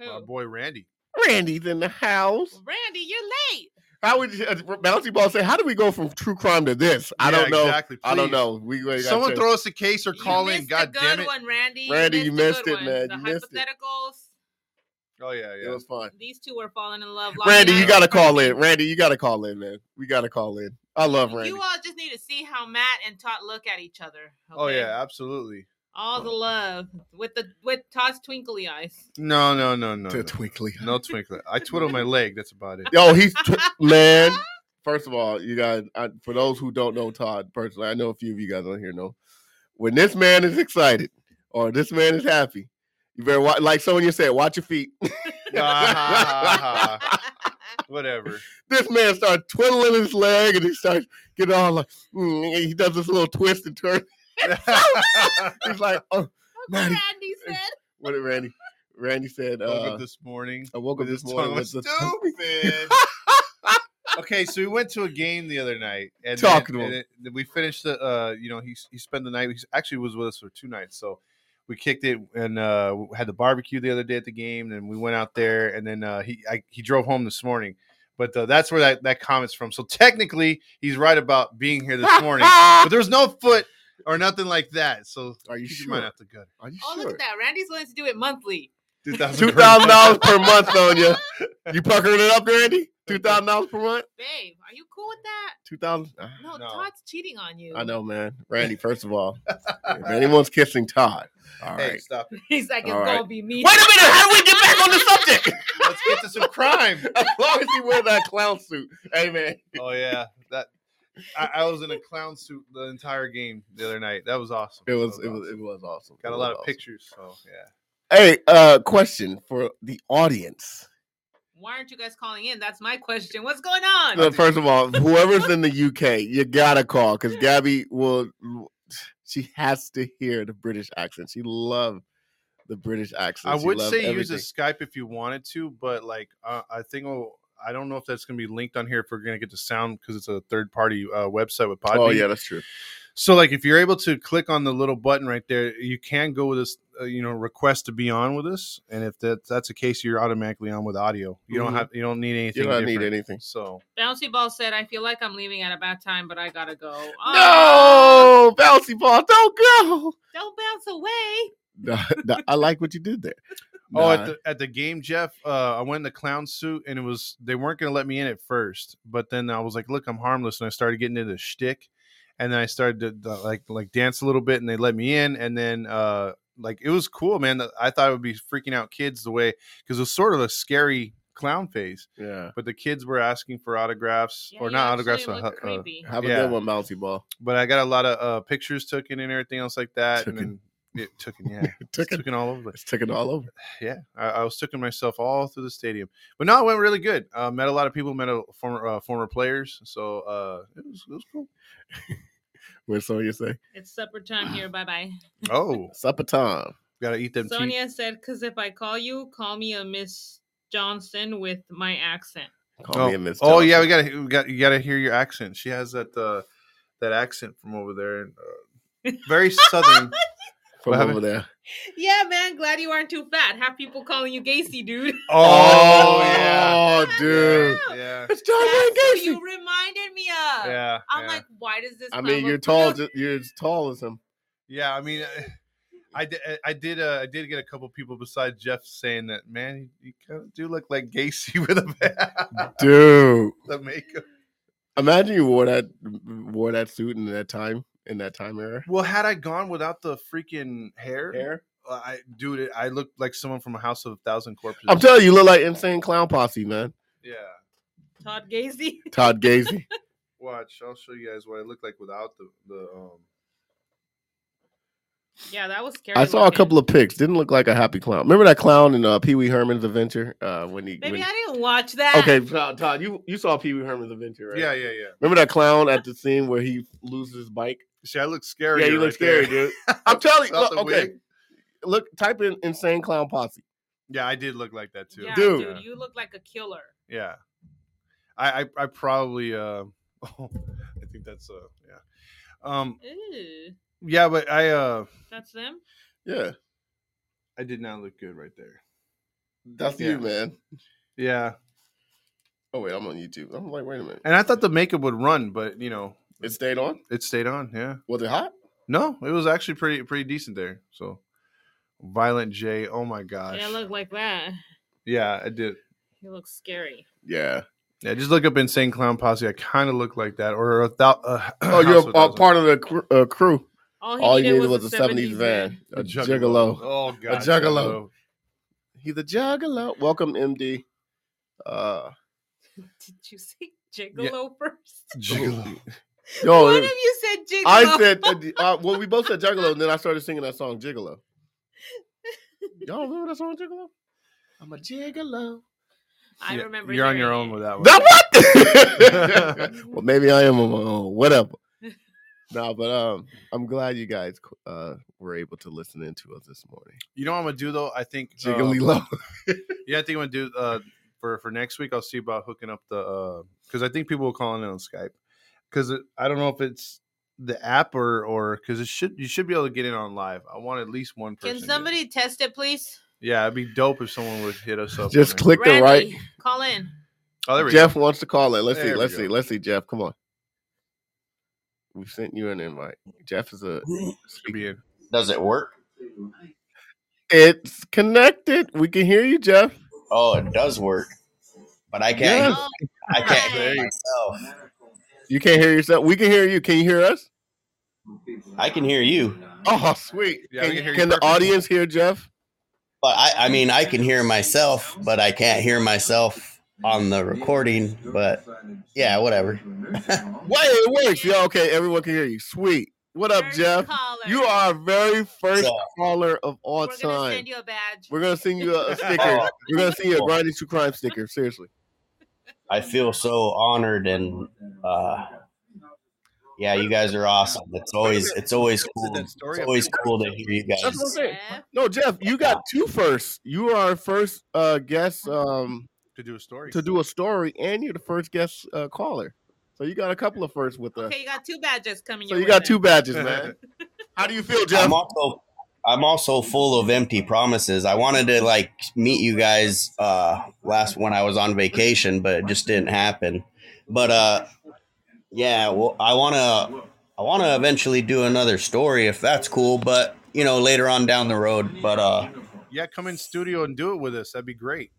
S4: Who?
S1: My boy Randy.
S2: Randy's in the house.
S4: Randy, you're late.
S2: How would you, uh, bouncy ball say? How do we go from true crime to this? I
S1: Yeah,
S2: don't know.
S1: Exactly.
S2: I don't
S1: please.
S2: know. We, we gotta
S1: Someone
S2: check.
S1: throw us a case or
S4: You
S1: call in.
S4: missed
S1: God
S4: the
S1: damn
S4: good
S1: it.
S4: one, Randy.
S2: Randy, you
S4: the
S2: missed
S4: good
S2: it,
S4: ones.
S2: man.
S4: The
S2: You missed it.
S4: hypotheticals.
S1: Oh yeah,
S2: It
S1: yeah.
S2: was fun.
S4: These two were falling in love. long
S2: Randy, you
S4: enough.
S2: gotta call in. Randy, you gotta call in, man. We gotta call in. I love Randy.
S4: You all just need to see how Matt and Todd look at each other.
S1: Oh
S4: okay?
S1: yeah, absolutely.
S4: All the love with the with Todd's twinkly eyes.
S1: No, no, no, no.
S2: To
S1: No,
S2: twinkly.
S1: no twinkle. I twiddle my leg. That's about it.
S2: Yo, he's tw- man. First of all, you guys. I, for those who don't know Todd personally, I know a few of you guys on here know. When this man is excited or this man is happy, you better watch, like Sonya said, watch your feet.
S1: Whatever.
S2: this man starts twiddling his leg and he starts getting all like mm, and he does this little twist and turn. He's like, oh,
S4: That's what
S2: Randy.
S4: Randy said.
S2: what did Randy? Randy said,
S1: Woke
S2: uh,
S1: up this morning.
S2: I woke up
S1: This
S2: this morning
S1: tongue
S2: with
S1: was
S2: the
S1: stupid. okay, so we went to a game the other night, and then-
S2: Talking to
S1: and
S2: him.
S1: it- we finished the. Uh, you know, he he spent the night. He actually was with us for two nights, so we kicked it and uh, had the barbecue the other day at the game. And we went out there, and then uh, he I, he drove home this morning. But uh, that's where that, that comment's from. So technically, he's right about being here this morning, but there's no foot or nothing like that. So
S2: Are you
S1: keep your mind
S2: sure?
S1: out the gutter.
S2: Are you
S4: Oh, look
S2: sure?
S4: at that. Randy's willing to do it monthly.
S2: Two
S1: 2000
S2: thousand dollars per month, Sonya. You puckering it up, Randy? Two thousand dollars per month?
S4: Babe, are you cool with that?
S2: Two thousand?
S4: No,
S1: No.
S4: Todd's cheating on you.
S2: I know, man. Randy, first of all, if anyone's kissing Todd, all
S1: Hey,
S2: right.
S1: stop it.
S4: He's like, it's
S2: All right.
S4: gonna be me.
S2: Wait a minute! How do we get back on the subject?
S1: Let's get to some crime.
S2: as long as he wears that clown suit, hey man.
S1: Oh yeah, that I, I was in a clown suit the entire game the other night. That was awesome.
S2: It was,
S1: That
S2: it was,
S1: awesome.
S2: it was awesome.
S1: Got
S2: It
S1: a
S2: was
S1: lot of
S2: awesome.
S1: pictures. So yeah,
S2: Hey, uh, question for the audience.
S4: Why aren't you guys calling in? That's my question. What's going on?
S2: Uh, First of all, whoever's in the UK, you gotta call because Gabby will. She has to hear the British accent. She loved the British accent.
S1: I
S2: She
S1: would
S2: loved
S1: say use a
S2: everything.
S1: Skype if you wanted to, but like uh, I think I'll- I don't know if that's gonna be linked on here if we're gonna get the sound because it's a third party uh, website with Podbean.
S2: Oh yeah, that's true.
S1: So like if you're able to click on the little button right there, you can go with us. Uh, you know, request to be on with us, and if that that's the case, you're automatically on with audio. You
S2: Mhm.
S1: don't have you don't need anything.
S2: You don't need
S1: different.
S2: anything.
S1: So
S4: Bouncy Ball said, I feel like I'm leaving at a bad time, but I gotta go. Oh,
S2: No, bouncy ball, don't go.
S4: Don't bounce away.
S2: Nah, nah, I like what you did there.
S1: Oh,
S2: Nah.
S1: at the, at the game, Jeff, uh, I went in the clown suit, and it was they weren't gonna let me in at first, but then I was like, "Look, I'm harmless," and I started getting into shtick, and then I started to, to, like like dance a little bit, and they let me in, and then uh, like it was cool, man. that- I thought it would be freaking out kids the way because it was sort of a scary clown face,
S2: yeah.
S1: but the kids were asking for autographs
S4: Yeah,
S1: or
S4: you
S1: not
S4: actually
S1: autographs, but,
S4: look
S1: hu- uh,
S4: creepy.
S2: Have a
S1: Yeah.
S2: good one, bouncy ball.
S1: but I got a lot of uh, pictures taken and everything else like that, and
S2: Taken.
S1: then Yeah, Tooken, yeah.
S2: Took it.
S1: Tooken all over. the-
S2: It's taken all over.
S1: Yeah, I, I was Tooken myself all through the stadium. But no, it went really good. Uh, met a lot of people, met a former uh, former players. So uh, it, was, it was cool.
S2: What Sonya say?
S4: It's supper time here. Bye bye.
S1: Oh,
S2: Supper time.
S1: gotta eat them cheap.
S4: Sonia said, "Cause if I call you, call me a Miss Johnson with my accent."
S2: Call me a Miss.
S1: Oh yeah, we
S2: Johnson.
S1: gotta we got you gotta hear your accent. She has that uh, that accent from over there, and uh, very southern. What
S2: from over
S1: happened?
S2: there.
S4: Yeah, man. Glad you aren't too fat. Have people calling you Gacy, dude.
S1: oh yeah,
S2: Oh, dude.
S1: yeah,
S2: It's John Wayne
S4: That's who
S2: Gacy.
S4: you reminded me of.
S1: yeah.
S4: I'm
S1: yeah.
S4: like, why does this?
S2: I mean,
S4: mama-
S2: you're tall. ju- You're as tall as him.
S1: Yeah, I mean, uh, I- I did, I did, uh, I did get a couple people besides Jeff saying that. Man, you, you kind of do look like Gacy with a
S2: Dude,
S1: the makeup.
S2: imagine you wore that wore that suit in that time in that time era.
S1: Well, had I gone without the freaking hair, uh, I dude, it- I looked like someone from a house of a thousand corpses.
S2: I'm telling you, you look like insane clown posse, man.
S1: yeah.
S4: Todd Gacy.
S2: Todd Gazy.
S1: Watch, I'll show you guys what I look like without the the. Um...
S4: Yeah, that was scary.
S2: I saw a couple of pics. Didn't look like a happy clown. Remember that clown in uh, Pee Wee Herman's Adventure? Uh, when he
S4: Maybe
S2: when-
S4: I didn't watch that.
S2: okay, Todd, Todd, you you saw Pee Wee Herman's Adventure, right?
S1: Yeah, yeah, yeah.
S2: Remember that clown at the scene where he loses his bike?
S1: See, I look scary.
S2: yeah, you look scary, dude. I'm telling you.
S1: Without
S2: Look,
S1: the
S2: okay,
S1: wig.
S2: look. Type in insane clown posse.
S1: Yeah, I did look like that too.
S4: Yeah,
S2: Dude.
S4: dude. you look like a killer.
S1: Yeah. I I, I probably uh, oh, I think that's uh yeah. Um
S4: Ew,
S1: yeah, but I uh
S4: that's them.
S2: Yeah,
S1: I did not look good right there.
S2: that's
S1: Yeah.
S2: you, man.
S1: Yeah.
S2: Oh wait, I'm on YouTube. I'm like, wait a minute.
S1: And I thought the makeup would run, but you know,
S2: It stayed on.
S1: it stayed on, yeah.
S2: Was it hot?
S1: No, it was actually pretty pretty decent there. So Violent J, oh my gosh.
S4: Yeah, look like that.
S1: yeah, I did.
S4: You look scary.
S2: Yeah.
S1: Yeah, just look up Insane Clown Posse. I kind of look like that, or a thou- uh,
S2: Oh,
S1: House
S2: you're
S1: of
S2: uh,
S1: Thousand-
S2: part of the cr- uh, crew.
S4: All he
S2: All you
S4: needed
S2: needed
S4: was, a 70s van.
S2: A juggalo.
S1: Oh god,
S2: juggalo. He's a juggalo. Welcome, MD. Uh,
S4: Did you say gigolo first?
S1: Juggalo.
S2: yo,
S4: One
S2: Oh, it-
S4: of you said gigolo.
S2: I said, uh, d- uh, well, we both said juggalo, and then I started singing that song, Gigolo. Y'all remember that song, Gigolo? I'm a gigolo.
S4: I
S1: Yeah,
S4: remember.
S1: You're on your own
S4: hearing it.
S1: with that one.
S2: That what? well, maybe I am on my own. Whatever. nah, but um, I'm glad you guys uh were able to listen in to us this morning.
S1: You know what I'm gonna do though? I think um,
S2: Jiggly low.
S1: yeah, I think I'm gonna do uh, for for next week. I'll see about hooking up the because I think people will call in on Skype because I don't know if it's the app or or because it should you should be able to get in on live. I want at least one person.
S4: Can
S1: to-
S4: somebody test it, please?
S1: Yeah, it'd be dope if someone would hit us up. on
S2: Just
S1: it.
S2: click the right.
S4: Randy, call in.
S1: Oh, there we
S2: Jeff wants to call it. Let's see.
S1: There we
S2: Let's
S1: go.
S2: see. Let's see. Jeff, come on. We sent you an invite. Jeff is a.
S1: go. Be in.
S5: Does it work?
S2: It's connected. We can hear you, Jeff.
S5: Oh, it does work. But I
S2: Yes.
S5: can't.
S4: Oh,
S5: I can't
S4: There
S5: hear
S4: you
S5: myself.
S2: You can't hear yourself. We can hear you. Can you hear us?
S5: I can hear you,
S2: Oh, sweet.
S1: Yeah, we
S2: can
S1: can hear you
S2: can the
S1: perfectly.
S2: audience hear Jeff?
S5: but I, I mean, I can hear myself, but I can't hear myself on the recording. But yeah, whatever.
S2: Wait, it works. Yeah, okay. Everyone can hear you. Sweet. What up,
S4: first
S2: Jeff?
S4: caller.
S2: You are our very first
S5: So-
S2: caller of all
S4: We're gonna
S2: time.
S4: send you a badge.
S2: We're gonna send you a, a sticker.
S5: Oh,
S2: We're gonna send you a
S5: cool.
S2: grinding to crime sticker. Seriously.
S5: I feel so honored and uh, yeah, you guys are awesome. It's always it's always cool. It's always cool to hear you guys.
S2: That's what I'm saying.
S4: Jeff,
S2: No, Jeff, you got two firsts. You are our first uh, guest um,
S1: to do a story.
S2: to do a story, and you're the first guest uh, caller. So you got a couple of firsts with us.
S4: Okay, you got two badges coming.
S2: so
S4: your
S2: you
S4: way
S2: got
S4: then.
S2: two badges, man. How do you feel, Jeff?
S5: I'm also I'm also full of empty promises. I wanted to like meet you guys uh last when I was on vacation, but it just didn't happen. But uh yeah, well I want to I want to eventually do another story if that's cool, but you know, later on down the road, but uh
S1: yeah, come in studio and do it with us. That'd be great.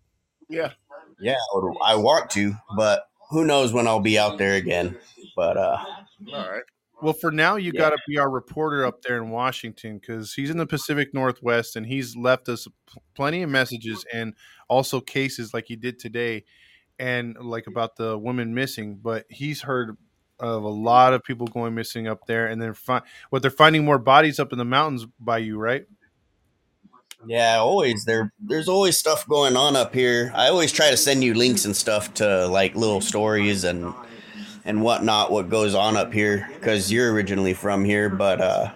S2: yeah.
S5: yeah, I would- I want to, but who knows when I'll be out there again. But uh
S2: All right.
S1: Well, for now, you
S5: Yeah.
S1: got to be our reporter up there in Washington because he's in the Pacific Northwest and he's left us pl- plenty of messages and also cases like he did today and like about the woman missing. But he's heard of a lot of people going missing up there, and then fi- what they're finding more bodies up in the mountains by you, right?
S5: Yeah, always there. There's always stuff going on up here. I always try to send you links and stuff to like little stories and and whatnot. What goes on up here because you're originally from here, but uh,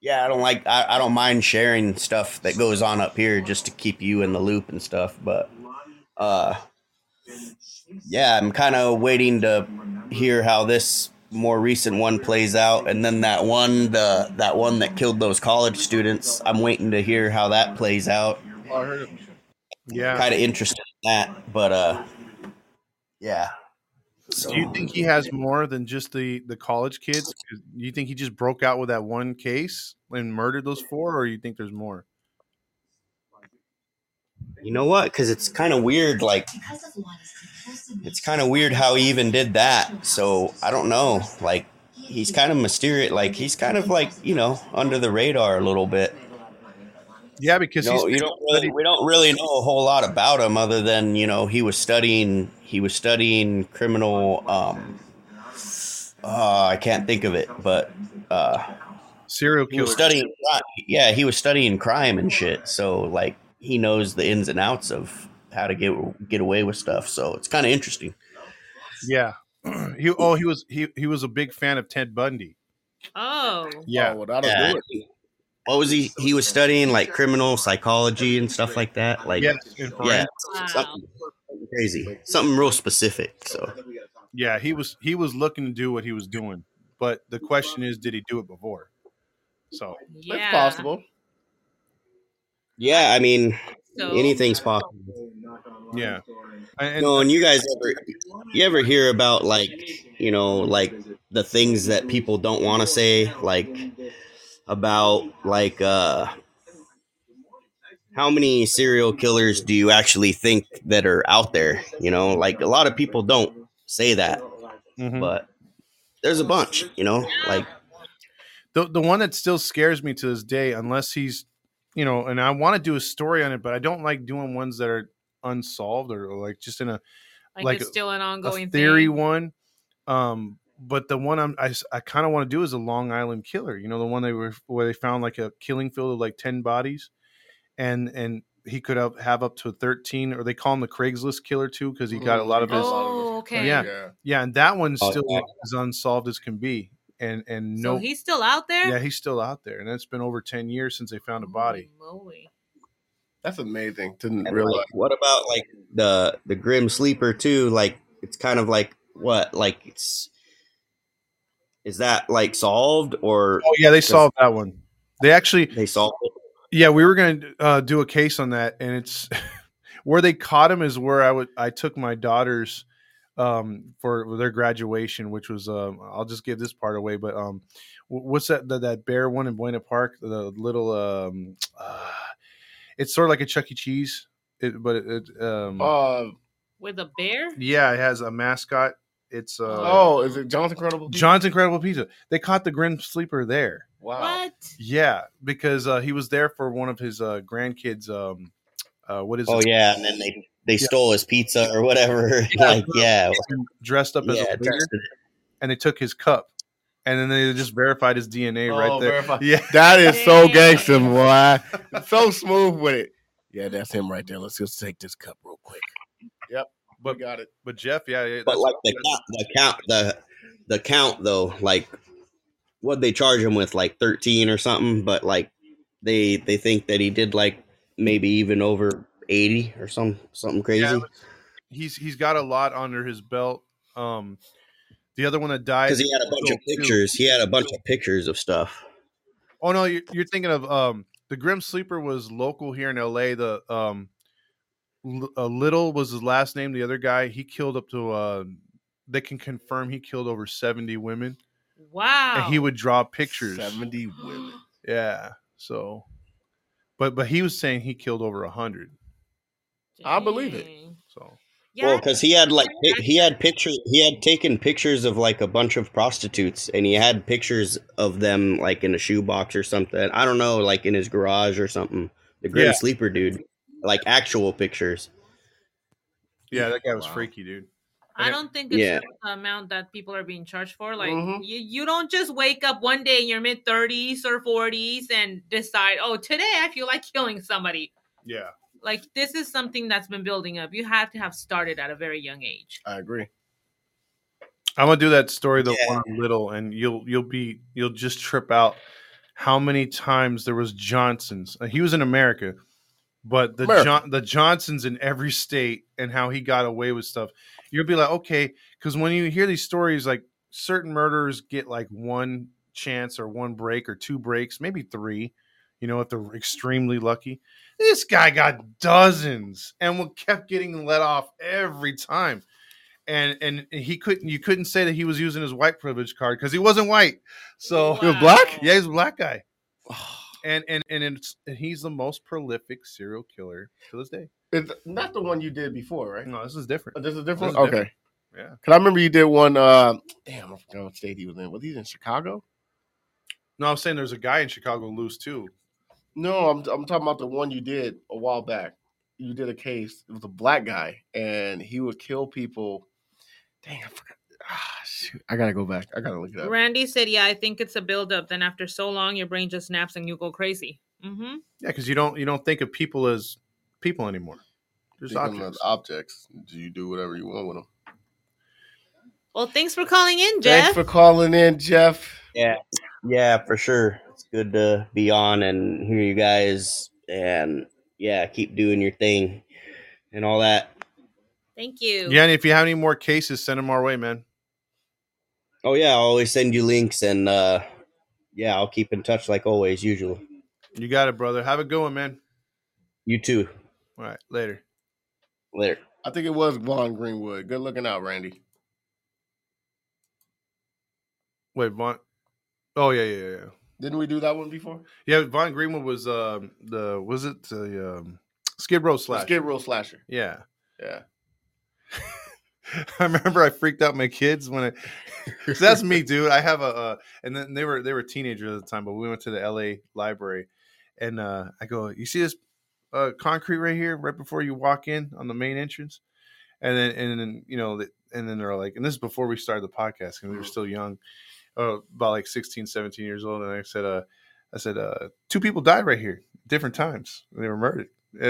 S5: yeah, I don't like. I, I don't mind sharing stuff that goes on up here just to keep you in the loop and stuff. But uh, yeah, I'm kind of waiting to hear how this more recent one plays out and then that one the that one that killed those college students i'm waiting to hear how that plays out
S2: I heard of
S1: Yeah.
S5: kind of interested in that but uh yeah so,
S1: Do you think he has more than just the the college kids? Do you think he just broke out with that one case and murdered those four, or you think there's more?
S5: you know what because it's kind of weird like it's kind of weird how he even did that so i don't know like he's kind of mysterious like he's kind of like you know under the radar a little bit
S1: Yeah, because
S5: no,
S1: he's
S5: you don't really, we don't really know a whole lot about him other than you know he was studying he was studying criminal um uh, I can't think of it but uh
S1: serial
S5: he was
S1: killer.
S5: studying crime. yeah he was studying crime and shit so like he knows the ins and outs of how to get get away with stuff so it's kind of interesting
S1: Yeah. He oh he was he he was a big fan of Ted Bundy.
S4: Oh,
S1: Yeah.
S2: Oh, well, that'll
S5: Yeah.
S2: do it.
S5: what was he he was studying like criminal psychology and stuff like that like
S1: yeah.
S5: yeah,
S1: and forensic-
S4: wow.
S5: something crazy something real specific so
S1: Yeah, he was he was looking to do what he was doing, but the question is, did he do it before? So
S4: yeah.
S2: It's possible.
S5: yeah I mean
S4: So,
S5: anything's possible
S1: yeah, and,
S5: no, and you guys ever you ever hear about like you know like the things that people don't want to say like about like uh how many serial killers do you actually think that are out there you know like a lot of people don't say that
S1: Mhm.
S5: but there's a bunch you know like
S1: the the one that still scares me to this day, unless he's you know, and I want to do a story on it, but I don't like doing ones that are unsolved or, or like just in a,
S4: like,
S1: like
S4: it's still an
S1: a
S4: ongoing
S1: theory
S4: Thing.
S1: one. Um, but the one I'm, I, kind of want to do is a Long Island killer. You know, the one they were where they found like a killing field of like ten bodies, and and he could have, have up to thirteen, or they call him the Craigslist killer too because he got a lot of his
S4: Oh, okay.
S1: Yeah. yeah, and that one
S5: Oh,
S1: still
S5: yeah.
S1: is unsolved as can be, and and no,
S3: So he's still out there.
S1: yeah, he's still out there, and it's been over ten years since they found a body.
S4: Holy moly.
S2: That's amazing. Didn't
S5: And,
S2: realize.
S5: like, what about like the the grim sleeper too? Like it's kind of like what like it's is that like solved or
S1: Oh yeah, they
S5: Does-
S1: solved that one. They actually,
S5: they solved it?
S1: yeah, we were gonna uh, do a case on that, and it's where they caught him is where I would I took my daughters um for their graduation which was um i'll just give this part away but um wh- what's that that, that bear one in buena park the little um uh, it's sort of like a chuck e cheese it, but it, it, um
S2: Uh,
S4: With a bear?
S1: Yeah, it has a mascot. It's uh,
S2: oh, is it John's Incredible?
S1: John's Incredible Pizza. They caught the Grim Sleeper there.
S2: Wow.
S4: What?
S1: Yeah, because uh, he was there for one of his uh, grandkids. Um, uh, what is
S5: Oh
S1: it?
S5: yeah, and then they they stole his pizza or whatever. like yeah,
S1: Dressed up as
S5: yeah,
S1: a waiter,
S5: tested it.
S1: and they took his cup, and then they just verified his DNA right
S2: Oh,
S1: there.
S2: verified.
S1: Yeah,
S2: That is so
S4: Damn.
S2: gangster, boy. so smooth with it. Yeah, that's him right there. Let's just take this cup real quick. Yep, we
S1: but
S2: got it.
S1: but Jeff, yeah, yeah
S5: but
S1: that's-
S5: like the count, the count, the the count though, like what they charge him with, like thirteen or something. But like they they think that he did like maybe even over eighty or some something crazy.
S1: yeah, he's he's got a lot under his belt. Um, the other one that died. Oh,
S5: because he had a bunch of
S1: Too.
S5: pictures. He had a bunch of pictures of stuff.
S1: Oh no, you're, you're thinking of um the Grim Sleeper was local here in L.A. The um L- uh, Little was his last name. The other guy he killed up to uh they can confirm he killed over seventy women,
S4: Wow.
S1: and he would draw pictures.
S2: Seventy women.
S1: Yeah, so but but he was saying he killed over a hundred.
S2: I believe it.
S4: Dang.
S1: So
S4: Yeah.
S5: Well, 'cause because he had like pi- he had pictures. He had taken pictures of like a bunch of prostitutes, and he had pictures of them like in a shoebox or something. I don't know, like in his garage or something. The grim
S1: Yeah.
S5: sleeper dude, like actual pictures.
S1: yeah, that guy was
S2: Wow.
S1: freaky, dude.
S4: I
S1: Okay.
S4: don't think it's
S5: Yeah.
S4: the amount that people are being charged for. Like
S1: Mm-hmm.
S2: Mhm.
S4: you, you don't just wake up one day in your mid thirties or forties and decide, oh, today I feel like killing somebody.
S1: Yeah.
S4: Like this is something that's been building up. You have to have started at a very young age.
S2: I agree.
S1: I'm gonna do that story though
S5: Yeah.
S1: when I'm little, and you'll you'll be you'll just trip out how many times there was Johnsons. Uh, He was in America, but the
S2: America.
S1: John, the Johnsons in every state and how he got away with stuff. You'll be like, okay, because when you hear these stories, like certain murderers get like one chance or one break or two breaks, maybe three. You know, if they're extremely lucky, this guy got dozens and wa- kept getting let off every time and and he couldn't you couldn't say that he was using his white privilege card because he wasn't white so
S2: He was black?
S1: yeah he's a black guy and and and, it's, and he's the most prolific serial killer to this day
S2: It's not the one you did before, right?
S1: no this is Mm.
S2: Oh,
S1: different
S2: This is a different.
S1: This is
S2: okay.
S1: yeah
S2: Cause I remember you did one. Uh, damn, I forgot what state he was in. Was he in Chicago?
S1: no i'm saying there's a guy in chicago loose too
S2: No, I'm I'm talking about the one you did a while back. You did a case. It was a black guy, and he would kill people. Dang, I forgot. Ah, shoot, I gotta go back. I gotta look it up.
S4: Randy said, "Yeah, I think it's a buildup. Then after so long, your brain just snaps and you go crazy." Mm-hmm.
S1: yeah because you don't you don't think of people as people anymore there's
S2: Speaking of
S1: objects.
S2: objects. Do you do whatever you want with them?
S4: Well, thanks for calling in,
S2: Thanks
S4: Jeff.
S2: for calling in, Jeff.
S5: Yeah, yeah, for sure. It's good to be on and hear you guys, and yeah, keep doing your thing and all that.
S4: Thank you.
S1: yeah and if you have any more cases send them our way man
S5: Oh yeah, I'll always send you links, and uh, yeah, I'll keep in touch like always, usual.
S1: you got it brother have a good one man
S5: You too.
S1: all right later
S5: Later.
S2: I think it was Vaughn Greenwood. Good looking out, Randy.
S1: wait vaughn oh yeah yeah yeah, yeah
S2: Didn't we do that one before?
S1: Yeah, Von Greenwood was um the was it the um, Skid Row slash?
S2: Skid Row Slasher.
S1: yeah,
S2: Yeah.
S1: I remember I freaked out my kids when I. Cause that's me, dude. I have a, uh, and then they were they were teenagers at the time, but we went to the L.A. library, and uh, I go, you see this uh, concrete right here, right before you walk in on the main entrance, and then and then you know, the, and then they're like, and this is before we started the podcast, and we were still young, uh, about like 16, 17 years old, and I said, uh, I said, uh, two people died right here, different times, and they were murdered.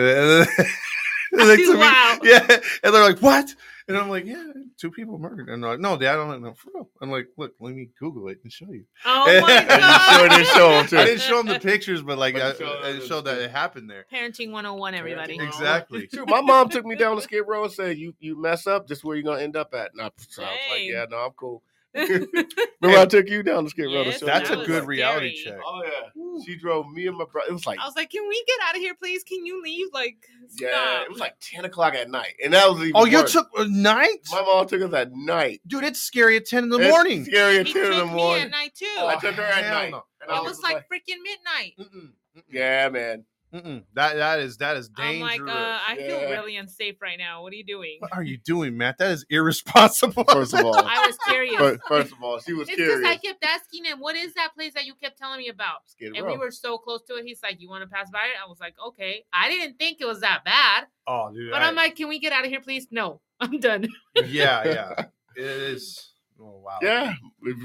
S1: And, and then- like, to me-
S4: Wow.
S1: yeah, and they're like, what? And I'm like, yeah, two people murdered. And they're like, no, dad, I don't know. For real. I'm like, look, let me Google it and show you.
S4: Oh my
S1: And
S4: god!
S2: showed it- showed it, too.
S1: I didn't show them the pictures, but like,
S2: But
S1: I,
S2: you showed
S1: I
S2: them
S1: showed
S2: the-
S1: that it happened there.
S4: Parenting 101, everybody.
S2: Parenting
S1: Exactly.
S2: Shoot, my mom took me down to Skid Row and said, "You you mess up, this is where you're gonna end up at." And I, so I was like,
S4: Dang.
S2: "Yeah, no, I'm cool." Remember, I took you down to Skid Row. to
S4: Yes,
S2: show
S1: That's
S4: That
S1: a
S2: you-
S4: was
S1: good reality
S4: scary.
S1: check.
S2: Oh yeah, she drove me and my brother. It was like
S4: I was like, "Can we get out of here, please? Can you leave?" Like,
S2: yeah,
S4: stop.
S2: it was like ten o'clock at night, and that was even
S1: Oh, you
S2: worse.
S1: took a night?
S2: my mom took us at night.
S1: Dude, it's scary at 10 in the
S2: It's
S1: morning.
S2: scary at
S4: he
S2: two in
S4: took
S2: the
S4: me at
S2: morning.
S4: night too.
S2: I took her at
S1: Hell
S2: night.
S1: no.
S2: and I
S4: it was like freaking midnight.
S1: Mm-mm, mm-mm,
S2: "Yeah, man."
S1: mm-mm. That, that is that is dangerous.
S4: I'm like, uh, I feel
S2: Yeah.
S4: really unsafe right now. What are you doing?
S1: what are you doing, Matt? That is irresponsible.
S2: First of all,
S4: I was curious.
S2: first, first of all, she was
S4: it's because I
S2: curious.
S4: kept asking him, "What is that place that you kept telling me about?"
S2: Skid
S4: And
S2: Row.
S4: we were so close to it. He's like, "You want to pass by it?" I was like, "Okay." I didn't think it was that bad,
S1: oh, dude.
S4: but
S1: I-
S4: I'm like, "Can we get out of here, please?" No, I'm done.
S1: yeah, yeah. It is. Oh, wow.
S2: Yeah.